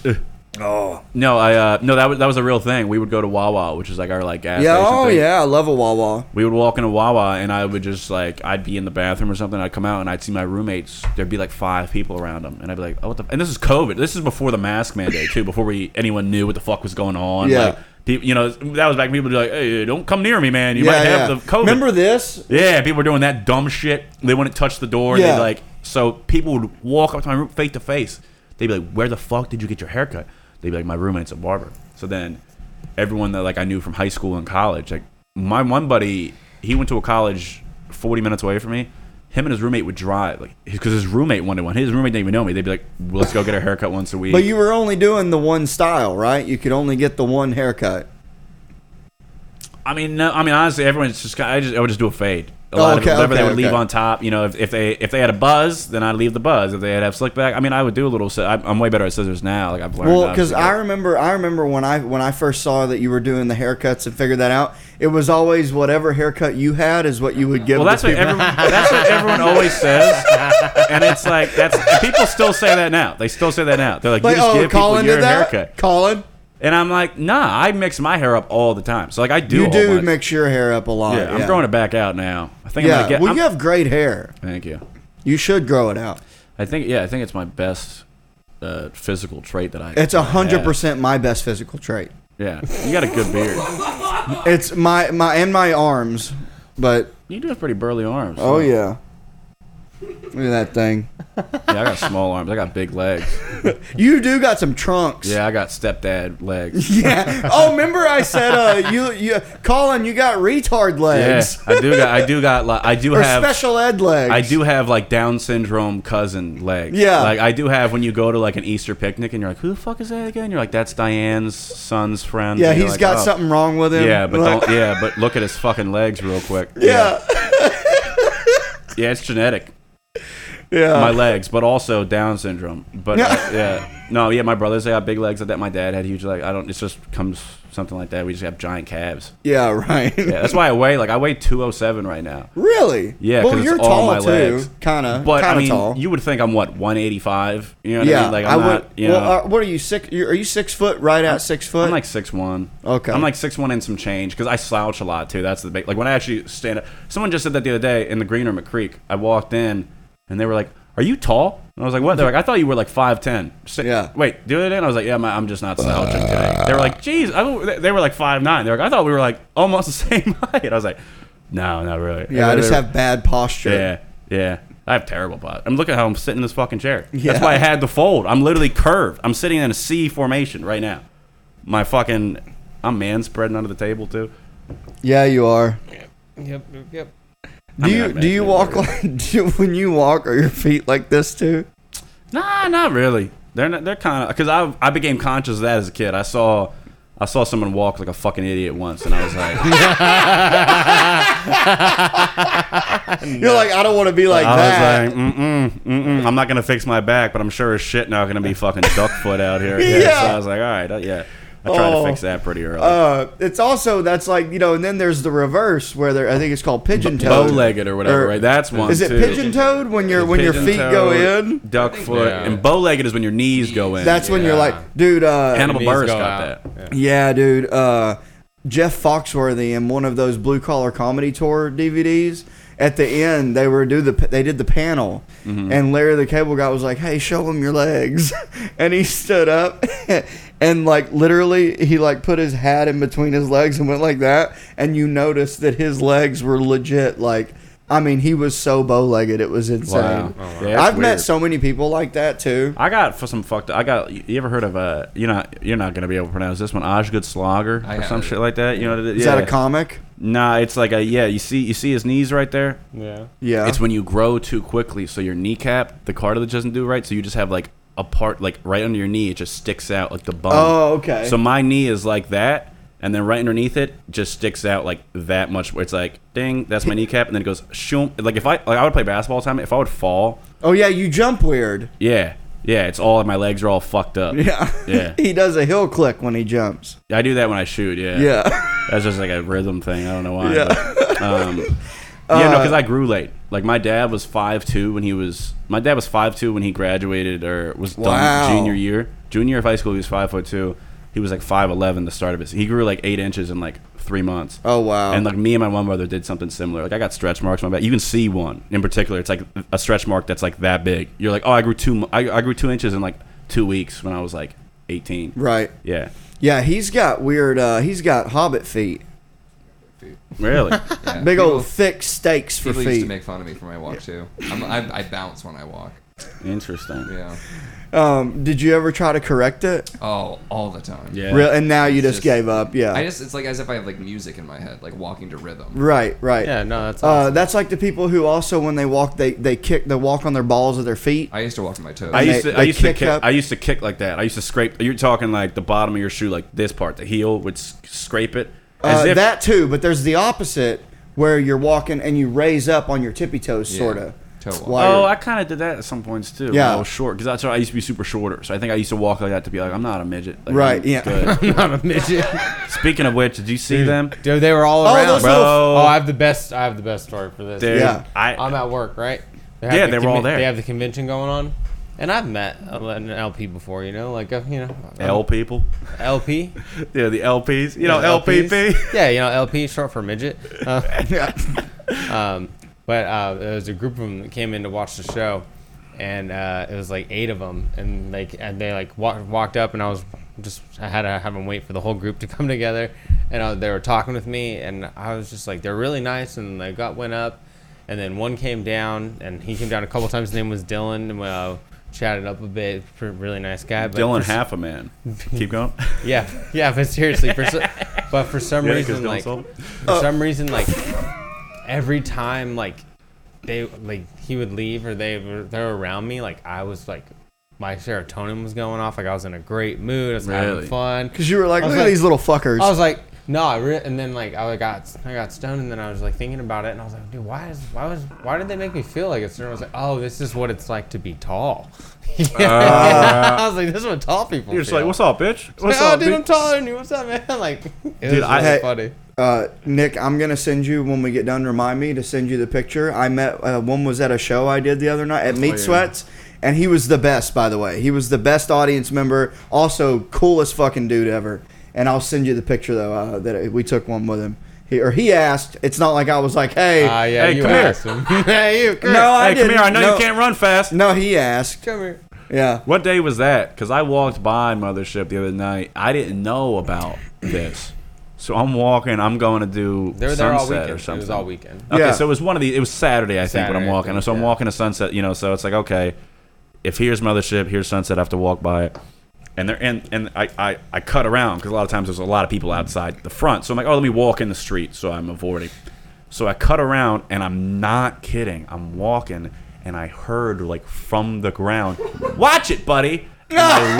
Speaker 6: Oh,
Speaker 2: No, I uh, no that was that was a real thing. We would go to Wawa, which is like our like gas
Speaker 1: Yeah.
Speaker 2: station
Speaker 1: Oh
Speaker 2: thing.
Speaker 1: yeah. I love a Wawa.
Speaker 2: we would walk into Wawa and I would just like I'd be in the bathroom or something. I'd come out and I'd see my roommates. There'd be like five people around them, and I'd be like, "Oh, what the?" And this is COVID. This is before the mask mandate too. Before we anyone knew what the fuck was going on.
Speaker 1: Yeah.
Speaker 2: Like, people, you know, that was back. when People would be like, "Hey, don't come near me, man. You might have the COVID."
Speaker 1: Remember this?
Speaker 2: Yeah, people were doing that dumb shit. They wouldn't touch the door.
Speaker 1: Yeah.
Speaker 2: They like so people would walk up to my room face to face. They'd be like, "Where the fuck did you get your haircut?" They'd be like, "My roommate's a barber." So then everyone that like I knew from high school and college, like my one buddy, he went to a college 40 minutes away from me. Him and his roommate would drive, like, because his roommate wanted one. His roommate didn't even know me. They'd be like, well, "Let's go get a haircut once a week."
Speaker 1: But you were only doing the one style, right? You could only get the one haircut.
Speaker 2: I mean, no, I mean honestly, everyone's just I just I would just do a fade. a lot
Speaker 1: Oh, okay,
Speaker 2: of whatever
Speaker 1: okay,
Speaker 2: they would leave
Speaker 1: okay.
Speaker 2: on top. You know, if, if they if they had a buzz, then I'd leave the buzz. If they had have slick back, I mean, I would do a little. si- I'm, I'm way better at scissors now. Like I've learned.
Speaker 1: Well, because
Speaker 2: obviously.
Speaker 1: I remember, I remember when I when I first saw that you were doing the haircuts and figured that out. It was always whatever haircut you had is what you would give.
Speaker 2: Well,
Speaker 1: to
Speaker 2: that's what
Speaker 1: people.
Speaker 2: everyone. That's what everyone always says, and it's like that's people still say that now. They still say that now. They're like,
Speaker 1: Like,
Speaker 2: you just
Speaker 1: oh,
Speaker 2: give people
Speaker 1: Colin
Speaker 2: your
Speaker 1: did that.
Speaker 2: haircut,
Speaker 1: Colin,
Speaker 2: and I'm like, nah, I mix my hair up all the time. So like, I do.
Speaker 1: you
Speaker 2: all
Speaker 1: do
Speaker 2: my-
Speaker 1: mix your hair up a lot.
Speaker 2: Yeah, I'm growing it back out now. I think I'm
Speaker 1: Yeah,
Speaker 2: gonna get.
Speaker 1: well,
Speaker 2: I'm-
Speaker 1: you have great hair.
Speaker 2: thank you.
Speaker 1: You should grow it out.
Speaker 2: I think yeah, I think it's my best uh, physical trait that I.
Speaker 1: It's
Speaker 2: that
Speaker 1: a
Speaker 2: I
Speaker 1: hundred
Speaker 2: have.
Speaker 1: percent my best physical trait.
Speaker 2: Yeah, you got a good beard.
Speaker 1: It's my my and my arms, but
Speaker 2: You do have pretty burly arms.
Speaker 1: oh yeah, look at that thing.
Speaker 2: Yeah, I got small arms. I got big legs.
Speaker 1: You do got some trunks.
Speaker 2: Yeah, I got stepdad legs.
Speaker 1: Yeah. Oh, remember I said uh, you you Colin, you got retard
Speaker 2: Yeah,
Speaker 1: legs
Speaker 2: I do got. I do got. Like, I do
Speaker 1: or
Speaker 2: have.
Speaker 1: special ed legs.
Speaker 2: I do have like Down syndrome cousin legs.
Speaker 1: Yeah.
Speaker 2: Like I do have when you go to like an Easter picnic and you're like, who the fuck is that again? You're like, that's Diane's son's friend.
Speaker 1: Yeah,
Speaker 2: And you're
Speaker 1: he's
Speaker 2: like,
Speaker 1: got
Speaker 2: "Oh."
Speaker 1: something wrong with him.
Speaker 2: Yeah, but
Speaker 1: Like,
Speaker 2: don't, yeah, but look at his fucking legs real quick.
Speaker 1: yeah,
Speaker 2: yeah, Yeah, it's genetic.
Speaker 1: yeah.
Speaker 2: my legs, but also Down syndrome. But uh, yeah, no, yeah, my brothers they got big legs like that. My dad had huge legs. I don't. It just comes something like that. We just have giant calves.
Speaker 1: yeah, right.
Speaker 2: Yeah, that's why I weigh like I weigh two oh seven right now.
Speaker 1: Really?
Speaker 2: Yeah,
Speaker 1: Well,
Speaker 2: 'cause
Speaker 1: you're
Speaker 2: it's all
Speaker 1: tall
Speaker 2: my
Speaker 1: too.
Speaker 2: legs.
Speaker 1: Kind of.
Speaker 2: But
Speaker 1: kind
Speaker 2: I
Speaker 1: of
Speaker 2: mean,
Speaker 1: tall.
Speaker 2: you would think I'm what one eighty five. You know what I
Speaker 1: yeah,
Speaker 2: mean? Like
Speaker 1: I
Speaker 2: I'm
Speaker 1: would.
Speaker 2: not. You know,
Speaker 1: well, uh, what are you six? You're, are you six foot? Right at six foot?
Speaker 2: I'm like six one.
Speaker 1: Okay.
Speaker 2: I'm like six one and some change because I slouch a lot too. That's the big like when I actually stand up. Someone just said that the other day in the green room at Creek. I walked in and they were like, "Are you tall?" And I was like, "What?" They're like, "I thought you were like five ten.
Speaker 1: Yeah.
Speaker 2: Wait, the other day and I was like, "Yeah, my, I'm just not slouching today." They were like, "Geez," I, don't- they- they were like five nine. They're like, "I thought we were like almost the same height." I was like, "No, not really." And
Speaker 1: yeah, I
Speaker 2: they
Speaker 1: just
Speaker 2: were-
Speaker 1: have bad posture.
Speaker 2: yeah, yeah. I have terrible butt. I'm looking at how I'm sitting in this fucking chair.
Speaker 1: Yeah.
Speaker 2: That's why I had the fold. I'm literally curved. I'm sitting in a C formation right now. My fucking, I'm man spreading under the table too.
Speaker 1: Yeah, you are.
Speaker 5: Yep, yep, yep.
Speaker 1: Do
Speaker 2: mean,
Speaker 1: you
Speaker 2: I'm
Speaker 1: do you
Speaker 2: actually
Speaker 1: walk
Speaker 2: weird.
Speaker 1: like do you, when you walk? Are your feet like this too?
Speaker 2: Nah, not really. They're not, they're kind of because I I became conscious of that as a kid. I saw. I saw someone walk like a fucking idiot once, and I was like,
Speaker 1: You're like I don't want to be like that.
Speaker 2: I was like, mm-mm, mm-mm. I'm not gonna fix my back, but I'm sure as shit not gonna be fucking duck foot out here. Yeah.
Speaker 1: Yeah.
Speaker 2: So I was like, all right, uh, yeah. I tried
Speaker 1: Oh.
Speaker 2: to fix that pretty early.
Speaker 1: uh, it's also that's like you know, and then there's the reverse where there, I think it's called pigeon
Speaker 2: bow
Speaker 1: toed,
Speaker 2: legged or whatever, right? That's one.
Speaker 1: Er, Is it
Speaker 2: too.
Speaker 1: pigeon toed when your when your feet go
Speaker 2: Pigeon-toed,
Speaker 1: in?
Speaker 2: Duck foot.
Speaker 5: Yeah.
Speaker 2: And bow legged is when your knees go in.
Speaker 1: That's when you're like, dude. Uh,
Speaker 2: Hannibal
Speaker 5: Knees
Speaker 2: Burris
Speaker 5: go
Speaker 2: got
Speaker 5: out.
Speaker 2: that.
Speaker 1: yeah, dude. Uh, Jeff Foxworthy in one of those blue collar comedy tour DVDs. At the end, they were do the they did the panel,
Speaker 2: Mm-hmm.
Speaker 1: and Larry the Cable Guy was like, "Hey, show him your legs," and he stood up, and like literally, he like put his hat in between his legs and went like that, and you noticed that his legs were legit like. I mean, he was so bow legged, it was insane.
Speaker 2: Wow. Oh, wow. Yeah, that's
Speaker 1: I've met
Speaker 2: weird.
Speaker 1: so many people like that too.
Speaker 2: I got for some fucked. I got. You ever heard of uh? You're not. You're not gonna be able to pronounce this one. Osgood Slogger
Speaker 6: I
Speaker 2: or some
Speaker 6: haven't.
Speaker 2: shit like that. You know what it is?
Speaker 1: Is
Speaker 2: yeah.
Speaker 1: that a comic?
Speaker 2: Nah, it's like a yeah. You see, you see his knees right there.
Speaker 5: Yeah.
Speaker 1: Yeah.
Speaker 2: It's when you grow too quickly, so your kneecap, the cartilage doesn't do right, so you just have like a part like right under your knee, it just sticks out like the bone.
Speaker 1: Oh, okay.
Speaker 2: So my knee is like that, and then right underneath it just sticks out like that much. Where it's like ding, that's my kneecap, and then it goes shoom. Like if I like I would play basketball all the time. If I would fall,
Speaker 1: oh yeah, you jump weird.
Speaker 2: yeah, yeah, it's all my legs are all fucked up.
Speaker 1: Yeah.
Speaker 2: yeah.
Speaker 1: he does a hill click when he jumps.
Speaker 2: I do that when I shoot. Yeah,
Speaker 1: Yeah.
Speaker 2: That's just like a rhythm thing. I don't know why.
Speaker 1: Yeah. Uh,
Speaker 2: But, um, yeah, no, because I grew late. Like my dad was five two when he was. My dad was five two when he graduated or was
Speaker 1: Wow.
Speaker 2: done junior year. Junior year of high school, he was five foot two. He was like five eleven the start of his. He grew like eight inches in like three months.
Speaker 1: Oh, wow.
Speaker 2: And like me and my one brother did something similar. Like I got stretch marks on my back. You can see one in particular. It's like a stretch mark that's like that big. You're like, oh, I grew two. mo- I, I grew two inches in like two weeks when I was like eighteen.
Speaker 1: Right.
Speaker 2: Yeah.
Speaker 1: Yeah, he's got weird uh he's got hobbit feet.
Speaker 2: Really.
Speaker 6: Yeah.
Speaker 1: Big
Speaker 6: people,
Speaker 1: old thick stakes for
Speaker 6: People used to
Speaker 1: feet.
Speaker 6: make fun of me for my walk too. I'm, I, I bounce when I walk.
Speaker 2: Interesting.
Speaker 6: Yeah.
Speaker 1: Um did you ever try to correct it?
Speaker 6: Oh, all the time.
Speaker 2: Yeah.
Speaker 1: Real and now you
Speaker 6: It's
Speaker 1: just,
Speaker 6: just-
Speaker 1: gave up. Yeah.
Speaker 6: I just it's like as if I have like music in my head, like walking to rhythm.
Speaker 1: right, right.
Speaker 5: Yeah, no, that's
Speaker 1: Uh,
Speaker 5: awesome.
Speaker 1: that's like the people who also when they walk they they kick they walk on their balls of their feet.
Speaker 6: I used to walk on my toes.
Speaker 2: I
Speaker 1: And
Speaker 2: used
Speaker 1: they-
Speaker 2: to, I
Speaker 1: they
Speaker 2: used to
Speaker 1: kick
Speaker 2: kick,
Speaker 1: up.
Speaker 2: I used to kick like that. I used to scrape. You're talking like the bottom of your shoe, like this part, the heel would s- scrape it.
Speaker 1: Uh,
Speaker 2: As if
Speaker 1: that too, but there's the opposite where you're walking and you raise up on your tippy toes, sort of.
Speaker 6: Toe walk.
Speaker 2: Oh, I kind of did that at some points too.
Speaker 1: Yeah.
Speaker 2: Yeah, I was short because that's why I used to be super shorter. So I think I used to walk like that to be like, I'm not a midget. Like,
Speaker 1: Right,
Speaker 2: I'm
Speaker 1: yeah. Mm.
Speaker 2: good.
Speaker 5: Not a midget.
Speaker 2: Speaking of which, did you see them?
Speaker 5: Dude, they were all
Speaker 1: Oh,
Speaker 5: around.
Speaker 1: those
Speaker 2: Bro.
Speaker 5: Oh, I have the best. I have the best story for this.
Speaker 2: Dude,
Speaker 1: Yeah.
Speaker 5: I'm
Speaker 2: I
Speaker 5: at work, right? They have
Speaker 2: Yeah,
Speaker 5: the
Speaker 2: they were all
Speaker 5: conven-
Speaker 2: there.
Speaker 5: They have the convention going on, and I've met an LP before. You know, like uh, you know,
Speaker 2: L people.
Speaker 5: LP.
Speaker 2: Yeah, the LPs. You know,
Speaker 5: LPs?
Speaker 2: LPP.
Speaker 5: Yeah, you know, LP is short for midget. Uh, um, but uh, there was a group of them that came in to watch the show, and uh, it was like eight of them, and like and they like walked walked up, and I was just I had to have them wait for the whole group to come together, and uh they were talking with me, and I was just like, they're really nice, and they got went up, and then one came down, and he came down a couple times. His name was Dylan, and we uh, chatted up a bit. pr- Really nice guy. But
Speaker 2: Dylan
Speaker 5: for s-
Speaker 2: half a man. Keep going.
Speaker 5: yeah, yeah, but seriously, for so, but for some
Speaker 2: Yeah, 'cause
Speaker 5: reason,
Speaker 2: Dylan
Speaker 5: like
Speaker 2: sold.
Speaker 5: for some reason, like every time, like they like he would leave or they were they're around me, like I was like my serotonin was going off, like I was in a great mood, I was
Speaker 2: Really?
Speaker 5: having fun.
Speaker 1: Because you were like,
Speaker 5: I
Speaker 1: look
Speaker 5: was
Speaker 1: at
Speaker 5: like-
Speaker 1: these little fuckers.
Speaker 5: I was like, no, I re-, and then like I got I got stoned, and then I was like thinking about it, and I was like, dude, why is why was why did they make me feel like it's? And I was like, oh, this is what it's like to be tall. I was like, this is what tall people.
Speaker 2: Ah. You're just
Speaker 5: feel.
Speaker 2: like, what's up, bitch?
Speaker 5: Like,
Speaker 2: What's
Speaker 5: oh,
Speaker 2: up,
Speaker 5: dude, I'm
Speaker 2: bitch?
Speaker 5: taller than you. What's up, man? Like, it was really
Speaker 2: I-
Speaker 1: Hey.
Speaker 5: funny.
Speaker 1: uh, Nick, I'm gonna send you when we get done. Remind me to send you the picture. I met uh, one was at a show I did the other night
Speaker 2: Oh,
Speaker 1: at Meat Sweats, and he was the best. By the way, he was the best audience member. Also, coolest fucking dude ever. And I'll send you the picture though uh, that we took one with him. He, or he asked. It's not like I was like, hey,
Speaker 5: Ah, yeah,
Speaker 2: Hey,
Speaker 5: you
Speaker 2: come here.
Speaker 5: asked him. hey, you. Come
Speaker 1: no, I
Speaker 2: Uh, Hey, come
Speaker 1: didn't.
Speaker 2: here. I know
Speaker 1: no,
Speaker 2: you can't run fast.
Speaker 1: No, he asked.
Speaker 5: Come here.
Speaker 1: Yeah.
Speaker 2: What day was that? Because I walked by Mothership the other night. I didn't know about this. So I'm walking. I'm going to do
Speaker 5: They were there all
Speaker 2: sunset
Speaker 5: weekend.
Speaker 2: or
Speaker 5: It
Speaker 2: something.
Speaker 5: was all weekend.
Speaker 2: Okay,
Speaker 1: Yeah.
Speaker 2: so it was one of the. It was Saturday, I think, when
Speaker 5: Saturday,
Speaker 2: I'm
Speaker 5: I
Speaker 2: walking.
Speaker 5: think,
Speaker 2: so I'm
Speaker 5: yeah.
Speaker 2: walking to Sunset, you know. So it's like, okay, if here's Mothership, here's Sunset. I have to walk by it, and there, and and I I, I cut around because a lot of times there's a lot of people outside the front. So I'm like, oh, let me walk in the street. So I'm avoiding. So I cut around, and I'm not kidding. I'm walking, and I heard like from the ground, watch it, buddy. And I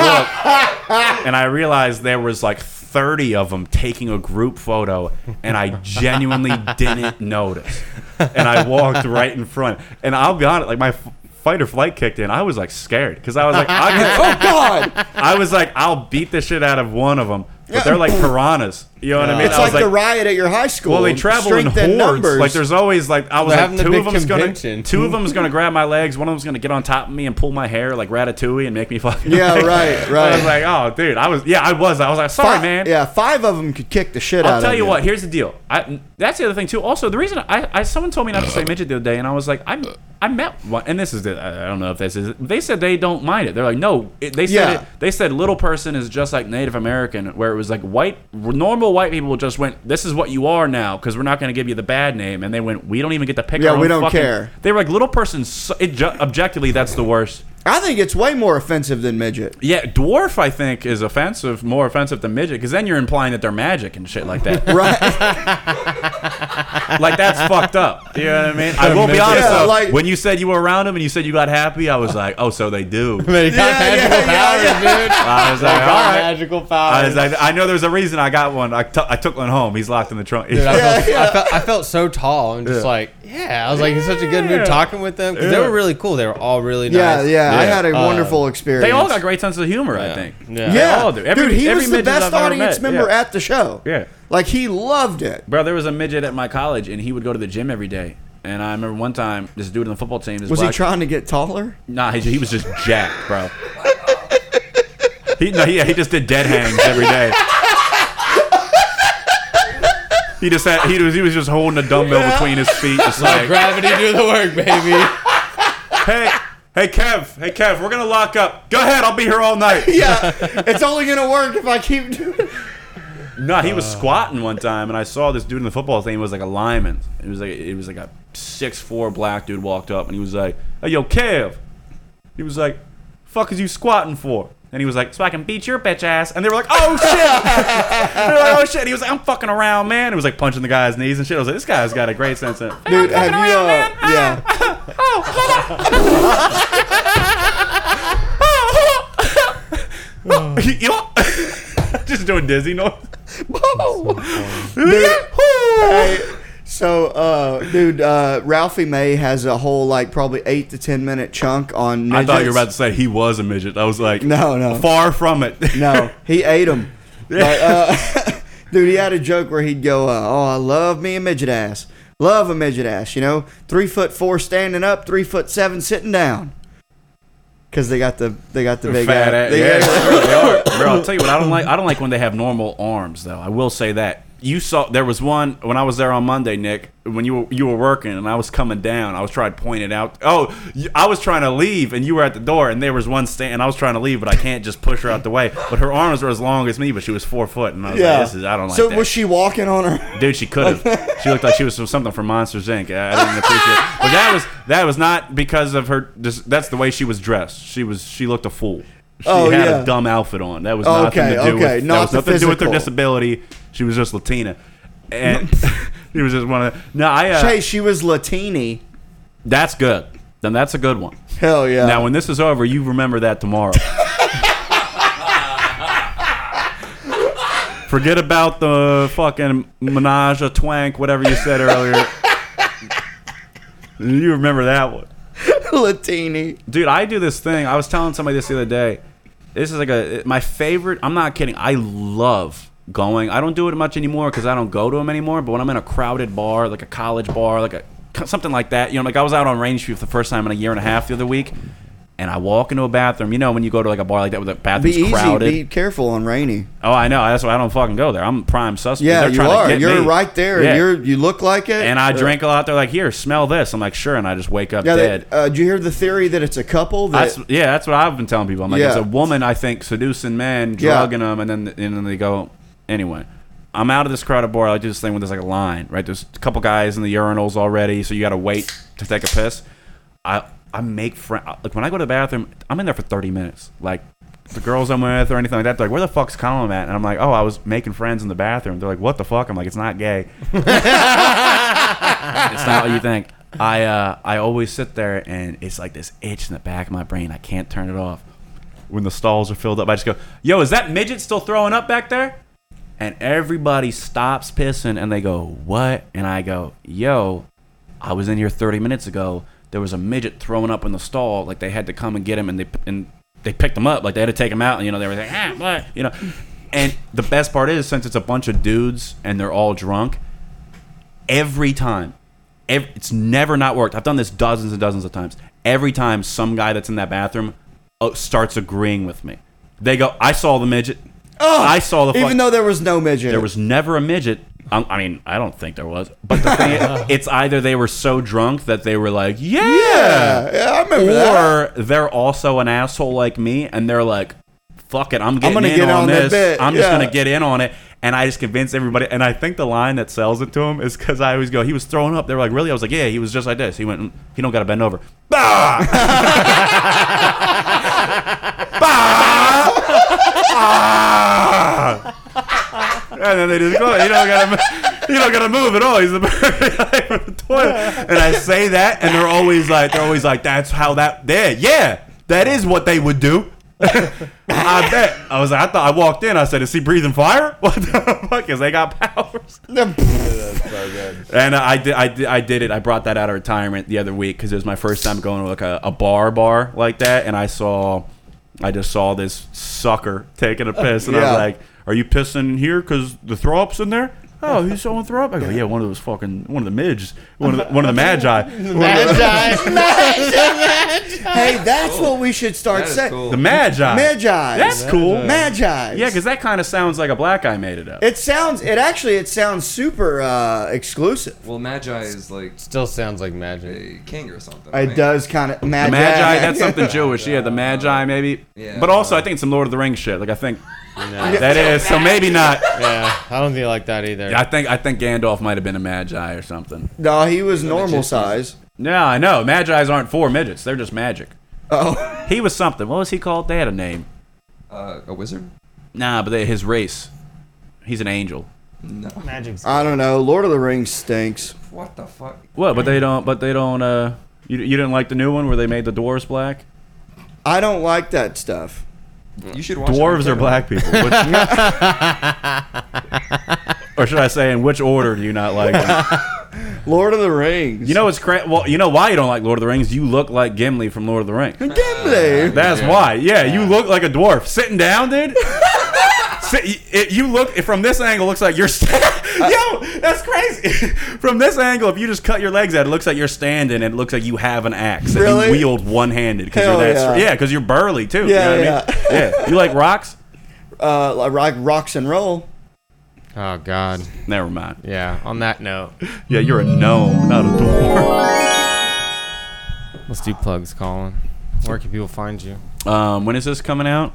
Speaker 2: look, and I realized there was like 30 of them taking a group photo, and I genuinely didn't notice. And I walked right in front, and I'll be honest, like my f- fight or flight kicked in. I was like scared because I was like, I could-
Speaker 1: Oh God!
Speaker 2: I was like, I'll beat the shit out of one of them, but they're like piranhas. You know what I mean?
Speaker 1: It's
Speaker 2: I was
Speaker 1: like, the riot at your high school.
Speaker 2: well, they travel in
Speaker 1: Strength
Speaker 2: hordes.
Speaker 1: and numbers.
Speaker 2: Like there's always like I was
Speaker 5: They're
Speaker 2: like
Speaker 5: having the
Speaker 2: two of
Speaker 5: big
Speaker 2: them's
Speaker 5: convention.
Speaker 2: gonna two of them's gonna grab my legs, one of them's gonna get on top of me and pull my hair like Ratatouille and make me fucking
Speaker 1: Yeah,
Speaker 2: like-
Speaker 1: right,
Speaker 2: I
Speaker 1: right.
Speaker 2: was like, oh dude, I was yeah, I was. I was like, sorry,
Speaker 1: Fi-
Speaker 2: man.
Speaker 1: Yeah, five of them could kick the shit out.
Speaker 2: I'll tell
Speaker 1: of
Speaker 2: you what. Here's the deal. I, that's the other thing too. Also, the reason I, I someone told me not to say midget the other day, and I was like, I I met one, and this is the, I I don't know if this is. They said they don't mind it. They're like, no. It, they said
Speaker 1: Yeah.
Speaker 2: it, they said little person is just like Native American, where it was like white normal white people just went, this is what you are now, because we're not going to give you the bad name, and they went, we don't even get to pick.
Speaker 1: Yeah,
Speaker 2: our own
Speaker 1: we don't
Speaker 2: fucking-"
Speaker 1: care.
Speaker 2: They were like little person. su- It, ju- objectively, that's the worst.
Speaker 1: I think it's way more offensive than midget.
Speaker 2: Yeah, dwarf I think is offensive, more offensive than midget, because then you're implying that they're magic and shit like that.
Speaker 1: Right?
Speaker 2: like that's fucked up. You know what I mean? I will be honest
Speaker 1: Yeah,
Speaker 2: though.
Speaker 1: like-
Speaker 2: when you said you were around him and you said you got happy, I was like, oh, so they do.
Speaker 5: They got
Speaker 1: Yeah, yeah,
Speaker 5: magical powers,
Speaker 1: yeah,
Speaker 5: dude. They
Speaker 2: I was like, all
Speaker 5: got
Speaker 2: right.
Speaker 5: magical
Speaker 2: I was
Speaker 5: powers.
Speaker 2: like, I know there's a reason I got one. I tu- I took one home. He's locked in the trunk.
Speaker 5: Dude, I,
Speaker 1: Yeah,
Speaker 5: felt, I, felt, I felt so tall and just like, yeah. I was like, in such a good
Speaker 2: Yeah.
Speaker 5: mood talking with them because they
Speaker 2: Yeah.
Speaker 5: were really cool. They were all really
Speaker 1: yeah,
Speaker 5: nice.
Speaker 1: yeah, I
Speaker 2: Yeah. Uh,
Speaker 1: had a wonderful experience.
Speaker 2: they all got great sense of humor. I think.
Speaker 5: Yeah.
Speaker 2: They
Speaker 1: Yeah,
Speaker 2: all do. Every-
Speaker 1: dude, he
Speaker 2: every
Speaker 1: was the
Speaker 2: midget I've
Speaker 1: best
Speaker 2: ever
Speaker 1: audience
Speaker 2: met.
Speaker 1: member
Speaker 2: Yeah.
Speaker 1: at the show.
Speaker 2: Yeah.
Speaker 1: like he loved it.
Speaker 2: Bro, there was a midget at my college, and he would go to the gym every day. And I remember one time, this dude on the football team. This
Speaker 1: Was he
Speaker 2: black-
Speaker 1: trying to get taller?
Speaker 2: Nah, he, he was just jacked, bro. He, no, yeah, he just did dead hangs every day. He just had, he was he was just holding a dumbbell between his feet, just like,
Speaker 5: Gravity do the work, baby.
Speaker 2: hey, hey, Kev, hey, Kev, we're gonna lock up. Go ahead, I'll be here all night.
Speaker 1: Yeah, it's only gonna work if I keep doing. it.
Speaker 2: No, he was
Speaker 1: Uh.
Speaker 2: squatting one time, and I saw this dude in the football thing. He was like a lineman. It was like it was like a six four black dude walked up, and he was like, "Hey, yo, Kev." He was like, "Fuck is you squatting for?" And he was like, "So I can beat your bitch ass." And they were like, "Oh shit!" they were like, "Oh shit!" He was like, "I'm fucking around, man." It was like punching the guy's knees and shit. I was like, "This guy's got a great sense of."
Speaker 1: Dude, have you? Uh,
Speaker 2: Ah.
Speaker 1: yeah,
Speaker 2: You know- Just doing Disney noise.
Speaker 1: dude. hey, So, uh, dude, uh, Ralphie May has a whole like probably eight to ten minute chunk on.
Speaker 2: I
Speaker 1: Midgets.
Speaker 2: thought you were about to say he was a midget. I was like,
Speaker 1: No, no.
Speaker 2: far from it.
Speaker 1: No, he ate them. uh, dude, he had a joke where he'd go, uh, "Oh, I love me a midget ass. Love a midget ass. You know, three foot four standing up, three foot seven sitting down." Because they got the they got the big
Speaker 2: fat
Speaker 1: ass.
Speaker 2: ass.
Speaker 1: they-
Speaker 2: Yeah, they are. Bro, I'll tell you what. I don't like. I don't like when they have normal arms, though. I will say that. You saw there was one when I was there on Monday, Nick. When you were, you were working and I was coming down, I was trying to point it out. Oh, you- I was trying to leave and you were at the door, and there was one stand. And I was trying to leave, but I can't just push her out the way. But her arms were as long as me, but she was four foot, and I was like, "This is I don't like."
Speaker 1: so
Speaker 2: that.
Speaker 1: was she walking on her?
Speaker 2: Dude, she could have. she looked like she was from something from Monsters Inc. I I didn't appreciate. It. But that was that was not because of her. Just, that's the way she was dressed. She was she looked a fool. She
Speaker 1: Oh,
Speaker 2: had
Speaker 1: yeah. Oh,
Speaker 2: a dumb outfit on. That was
Speaker 1: Okay,
Speaker 2: nothing to do
Speaker 1: okay,
Speaker 2: with.
Speaker 1: not
Speaker 2: that was
Speaker 1: the
Speaker 2: nothing to do with her
Speaker 1: physical.
Speaker 2: disability. She was just Latina, and she was just one of. The, no, I. Uh,
Speaker 1: Hey, she was Latini.
Speaker 2: that's good. Then that's a good one.
Speaker 1: Hell yeah.
Speaker 2: Now, when this is over, you remember that tomorrow. Forget about the fucking menage a twank, whatever you said earlier. you remember that one.
Speaker 1: Latini.
Speaker 2: Dude, I do this thing. I was telling somebody this the other day. This is like a my favorite. I'm not kidding. I love going. I don't do it much anymore because I don't go to them anymore. But when I'm in a crowded bar, like a college bar, like a something like that, you know, like I was out on Range Street for the first time in a year and a half the other week, and I walk into a bathroom. You know, when you go to like a bar like that with the
Speaker 1: Be
Speaker 2: bathroom's
Speaker 1: easy.
Speaker 2: crowded.
Speaker 1: Be careful on rainy.
Speaker 2: oh, I know. That's why I don't fucking go there. I'm prime suspect.
Speaker 1: Yeah,
Speaker 2: They're
Speaker 1: you
Speaker 2: trying to
Speaker 1: are.
Speaker 2: get
Speaker 1: You're
Speaker 2: me.
Speaker 1: right there.
Speaker 2: Yeah.
Speaker 1: You're you look like it. Uh,
Speaker 2: And I drink a lot. They're like, "Here, smell this." I'm like, "Sure," and I just wake up
Speaker 1: Yeah, they-
Speaker 2: dead.
Speaker 1: uh, did you hear the theory that it's a couple? That,
Speaker 2: That's, yeah, that's what I've been telling people. I'm like, it's
Speaker 1: Yeah.
Speaker 2: a woman, I think, seducing men,
Speaker 1: Yeah.
Speaker 2: drugging them, and then and then they go. Anyway, I'm out of this crowded bar. I do this thing where there's like a line, right? There's a couple guys in the urinals already, so you got to wait to take a piss. I I make friends. Like when I go to the bathroom, I'm in there for 30 minutes. Like the girls I'm with or anything like that, they're like, "Where the fuck's Colin at?" And I'm like, "Oh, I was making friends in the bathroom." They're like, "What the fuck?" I'm like, "It's not gay." it's not what you think. I uh, I always sit there and it's like this itch in the back of my brain. I can't turn it off. When the stalls are filled up, I just go, "Yo, is that midget still throwing up back there?" And everybody stops pissing and they go, "What?" And I go, "Yo, I was in here 30 minutes ago. There was a midget throwing up in the stall. Like they had to come and get him, and they and they picked him up. Like they had to take him out, and you know they were like, ah, what? you know. And the best part is, since it's a bunch of dudes and they're all drunk, every time, ev it's never not worked. I've done this dozens and dozens of times. Every time, some guy that's in that bathroom uh, starts agreeing with me. They go, "I saw the midget. I saw the." fuck-
Speaker 1: even though there was no midget.
Speaker 2: there was never a midget. Um, I, I mean, I don't think there was. But the thing is, it's either they were so drunk that they were like, yeah.
Speaker 1: Yeah, yeah, I remember that.
Speaker 2: Or they're also an asshole like me and they're like, fuck it, I'm getting
Speaker 1: gonna
Speaker 2: in
Speaker 1: get
Speaker 2: on,
Speaker 1: on that
Speaker 2: this.
Speaker 1: bit,
Speaker 2: I'm just
Speaker 1: yeah.
Speaker 2: going to get in on it. And I just convince everybody. And I think the line that sells it to him is because I always go, he was throwing up. They were like, really? I was like, yeah, he was just like this. He went, "Mm, he don't got to bend over. Bah! and then they just go. You don't gotta, you don't gotta move at all. He's the perfect guy for the toilet. And I say that, and they're always like, they're always like, that's how that. There, yeah, that is what they would do. I bet. I was like, I thought I walked in. I said, is he breathing fire? What the fuck? Is they got powers? And uh, I did, I did, I did it. I brought that out of retirement the other week because it was my first time going to like a, a bar bar like that, and I saw, I just saw this sucker taking a piss, and I
Speaker 1: Yeah.
Speaker 2: was like, "Are you pissing in here? Because the throw up's in there." Oh, he's showing throw up. I go, yeah, one of those fucking, one of the midges, one of the, one of the magi,
Speaker 1: hey, that's what we should start
Speaker 6: That is
Speaker 1: saying.
Speaker 6: cool.
Speaker 2: the magi,
Speaker 1: Magi.
Speaker 2: That's cool.
Speaker 1: Magi.
Speaker 2: Yeah, because that kind of sounds like a black guy made it up.
Speaker 1: it sounds. It actually. It sounds super uh, exclusive.
Speaker 6: Well, Magi is like
Speaker 5: Still sounds like magic.
Speaker 6: a king or something.
Speaker 1: It
Speaker 6: right?
Speaker 1: does kind of magi.
Speaker 2: The Magi, that's something Jewish. Yeah, the Magi, maybe.
Speaker 6: Yeah.
Speaker 2: But also, I think it's some Lord of the Rings shit. Like, I think
Speaker 5: No.
Speaker 2: that is. So maybe not.
Speaker 5: Yeah, I don't think I like that either.
Speaker 2: I think I think Gandalf might have been a Magi or something.
Speaker 1: no, he was normal size.
Speaker 2: Yeah, I know. Magi's aren't four midgets. They're just magic.
Speaker 1: Oh,
Speaker 2: He was something. What was he called? They had a name.
Speaker 6: Uh, a wizard?
Speaker 2: Nah, but they, his race. He's an angel.
Speaker 6: No.
Speaker 5: Magic's
Speaker 1: I don't know. Lord of the Rings stinks.
Speaker 6: What the fuck?
Speaker 2: What? But they don't. But they don't. Uh, you, you didn't like the new one where they made the dwarves black.
Speaker 1: I don't like that stuff.
Speaker 6: You should watch. it
Speaker 2: Dwarves
Speaker 6: with
Speaker 2: are
Speaker 6: Kevin.
Speaker 2: black people. Which- or should I say, in which order do you not like them?
Speaker 1: Lord of the Rings.
Speaker 2: You know it's cra- well. You know why you don't like Lord of the Rings? You look like Gimli from Lord of the Rings.
Speaker 1: Gimli.
Speaker 6: Uh,
Speaker 2: That's why. Yeah, you look like a dwarf sitting down, dude. Sit, y- it, you look from this angle looks like you're st- yo that's crazy from this angle if you just cut your legs out it looks like you're standing and it looks like you have an axe that
Speaker 1: Really?
Speaker 2: you wield one-handed because
Speaker 1: Hell
Speaker 2: you're that
Speaker 1: yeah.
Speaker 2: str- yeah because you're burly too you
Speaker 1: Yeah,
Speaker 2: know what I mean? yeah you like rocks
Speaker 1: Uh, like rock, rocks and roll.
Speaker 5: Oh God.
Speaker 2: never mind
Speaker 5: Yeah. On that note,
Speaker 2: yeah you're a gnome not a dwarf
Speaker 5: let's do plugs, Colin. Where can people find you?
Speaker 2: Um, when is this coming out?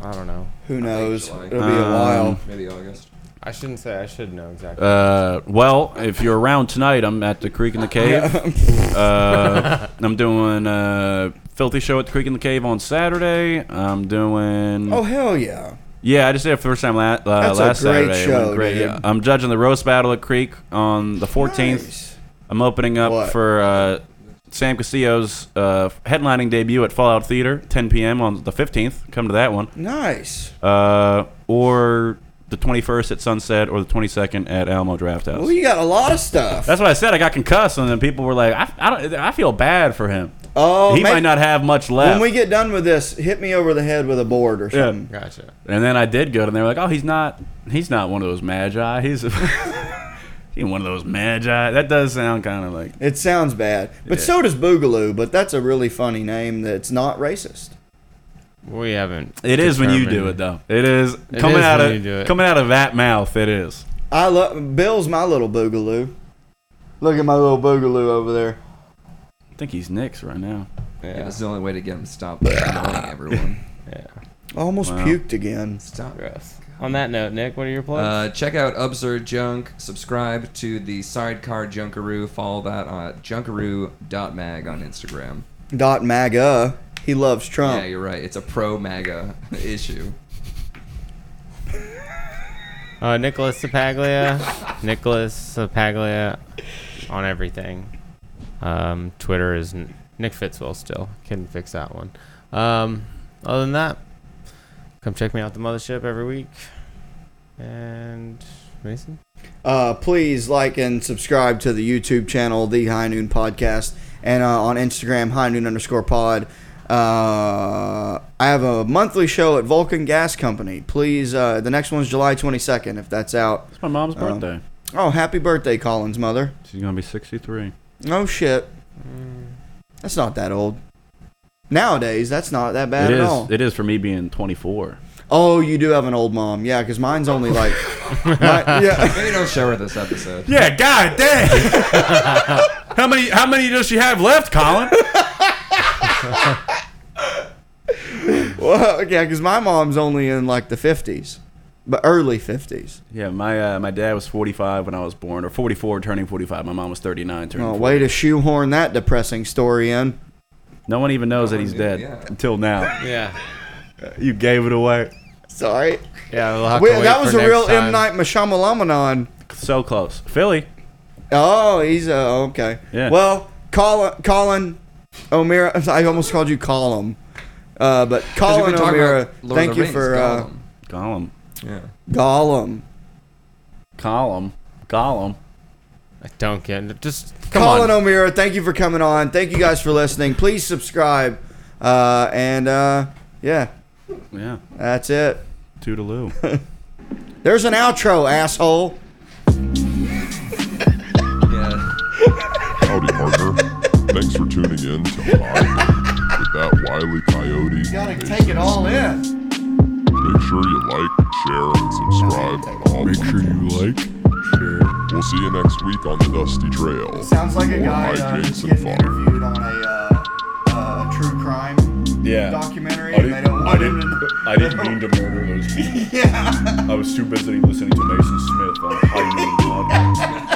Speaker 5: I don't know.
Speaker 1: Who knows?
Speaker 6: July.
Speaker 1: It'll be
Speaker 2: Um,
Speaker 1: a while.
Speaker 6: Maybe August.
Speaker 5: I shouldn't say. I should know exactly.
Speaker 2: Uh, well, if you're around tonight, I'm at the Creek in the Cave. Uh, I'm doing uh filthy show at the Creek in the Cave on Saturday. I'm doing.
Speaker 1: Oh hell yeah!
Speaker 2: Yeah, I just did it for the first time la- uh,
Speaker 1: That's a
Speaker 2: last
Speaker 1: great
Speaker 2: Saturday. It went
Speaker 1: show, dude.
Speaker 2: yeah. I'm judging the roast battle at Creek on the 14th.
Speaker 1: Nice.
Speaker 2: I'm opening up
Speaker 1: What?
Speaker 2: for uh, Sam Castillo's uh, headlining debut at Fallout Theater, 10 p.m. on the 15th. Come to that one.
Speaker 1: Nice.
Speaker 2: uh, or the 21st at sunset, or the 22nd at Alamo Draft House.
Speaker 1: Well, you got a lot of stuff.
Speaker 2: That's what I said. I got concussed, and then people were like, "I, I don't. I feel bad for him.
Speaker 1: oh,
Speaker 2: he
Speaker 1: ma-
Speaker 2: might not have much left."
Speaker 1: When we get done with this, hit me over the head with a board or
Speaker 2: yeah.
Speaker 1: something.
Speaker 5: Gotcha.
Speaker 2: And then I did go, and they were like, "Oh, he's not. He's not one of those magi. He's." he one of those magi. That does sound kind of like
Speaker 1: It sounds bad, but
Speaker 2: Yeah.
Speaker 1: so does Boogaloo. But that's a really funny name that's not racist.
Speaker 5: We haven't.
Speaker 2: it is when you do
Speaker 5: determined.
Speaker 2: it though. It is
Speaker 5: It
Speaker 2: coming
Speaker 5: is
Speaker 2: out
Speaker 5: when
Speaker 2: of
Speaker 5: you do it.
Speaker 2: coming out of that mouth. It is.
Speaker 1: I love Bill's my little Boogaloo. Look at my little Boogaloo over there.
Speaker 2: I think he's Nick's right now.
Speaker 6: Yeah. That's the only way to get him to stop annoying everyone.
Speaker 1: I almost puked again.
Speaker 6: Stop.
Speaker 5: Gross. On that note, Nick, what are your plugs?
Speaker 6: Uh, check out Absurd Junk. Subscribe to the Sidecar Junkaroo. Follow that on junkaroo.mag on Instagram.
Speaker 1: Dot MAGA. He loves Trump.
Speaker 6: Yeah, you're right. It's a pro MAGA issue.
Speaker 5: Uh, Nicholas Sapaglia. Nicholas Sapaglia on everything. Um, Twitter is n- Nick Fitzwell still. Couldn't fix that one. Um, other than that, come check me out the mothership every week. And Mason.
Speaker 1: Uh, please like and subscribe to the YouTube channel, The High Noon Podcast, and uh, on Instagram, High Noon underscore pod. Uh, I have a monthly show at Vulcan Gas Company. Please, uh, the next one's July 22nd, if that's out.
Speaker 2: It's my mom's birthday.
Speaker 1: Oh, happy birthday, Colin's mother.
Speaker 2: She's gonna be 63.
Speaker 1: Oh, shit. That's not that old. Nowadays, that's not that bad
Speaker 2: It
Speaker 1: at
Speaker 2: is.
Speaker 1: all.
Speaker 2: It is for me being 24.
Speaker 1: oh, you do have an old mom. Yeah, because mine's only like. mine- yeah.
Speaker 6: Maybe don't show her this episode.
Speaker 2: Yeah, god damn. how many how many does she have left, Colin?
Speaker 1: Well, yeah, because my mom's only in like the 50s, but early 50s.
Speaker 2: Yeah, my uh, my dad was 45 when I was born, or 44 turning 45. My mom was 39 turning.
Speaker 1: Oh,
Speaker 2: 40.
Speaker 1: way to shoehorn that depressing story in.
Speaker 2: No one even knows that
Speaker 6: one
Speaker 2: he's
Speaker 6: knew,
Speaker 2: dead
Speaker 6: yeah.
Speaker 2: until now.
Speaker 5: Yeah.
Speaker 2: you gave it away.
Speaker 1: Sorry.
Speaker 5: Yeah, we'll have
Speaker 1: We-
Speaker 5: to wait
Speaker 1: that was
Speaker 5: for
Speaker 1: a
Speaker 5: next
Speaker 1: real
Speaker 5: time.
Speaker 1: M. Night Mashamalamanon.
Speaker 2: So close, Philly.
Speaker 1: Oh, he's uh, okay.
Speaker 2: Yeah.
Speaker 1: Well, Colin, Colin O'Meara. I almost called you Colin. Uh, but
Speaker 6: 'Cause we've
Speaker 1: Colin
Speaker 6: been talking
Speaker 1: O'Meara,
Speaker 6: about Lord of the
Speaker 1: thank you
Speaker 6: Rings,
Speaker 1: for uh,
Speaker 6: Gollum.
Speaker 2: Gollum,
Speaker 6: yeah.
Speaker 1: Gollum.
Speaker 2: Gollum, Gollum.
Speaker 5: I don't get it. Just come
Speaker 1: Colin
Speaker 5: on.
Speaker 1: O'Meara, thank you for coming on. Thank you guys for listening. Please subscribe. Uh, and uh, yeah,
Speaker 2: Yeah,
Speaker 1: that's it.
Speaker 2: toodaloo.
Speaker 1: There's an outro, asshole.
Speaker 6: Yeah.
Speaker 3: Howdy, partner. Thanks for tuning in to High with that wily coyote. Mason.
Speaker 1: all in.
Speaker 3: Make sure you like, share, and subscribe. Make sure you like, share. We'll see you next week on the Dusty Trail.
Speaker 1: Sounds like a
Speaker 3: Or
Speaker 1: guy
Speaker 3: High
Speaker 1: uh,
Speaker 3: Jinks
Speaker 1: who's
Speaker 3: and
Speaker 1: getting
Speaker 3: Fun.
Speaker 1: interviewed on a uh, uh, true crime
Speaker 2: Yeah.
Speaker 1: documentary, and they don't want him to.
Speaker 2: I didn't mean to murder those people.
Speaker 1: Yeah.
Speaker 2: I was too busy listening to Mason Smith on High Noon Podcast.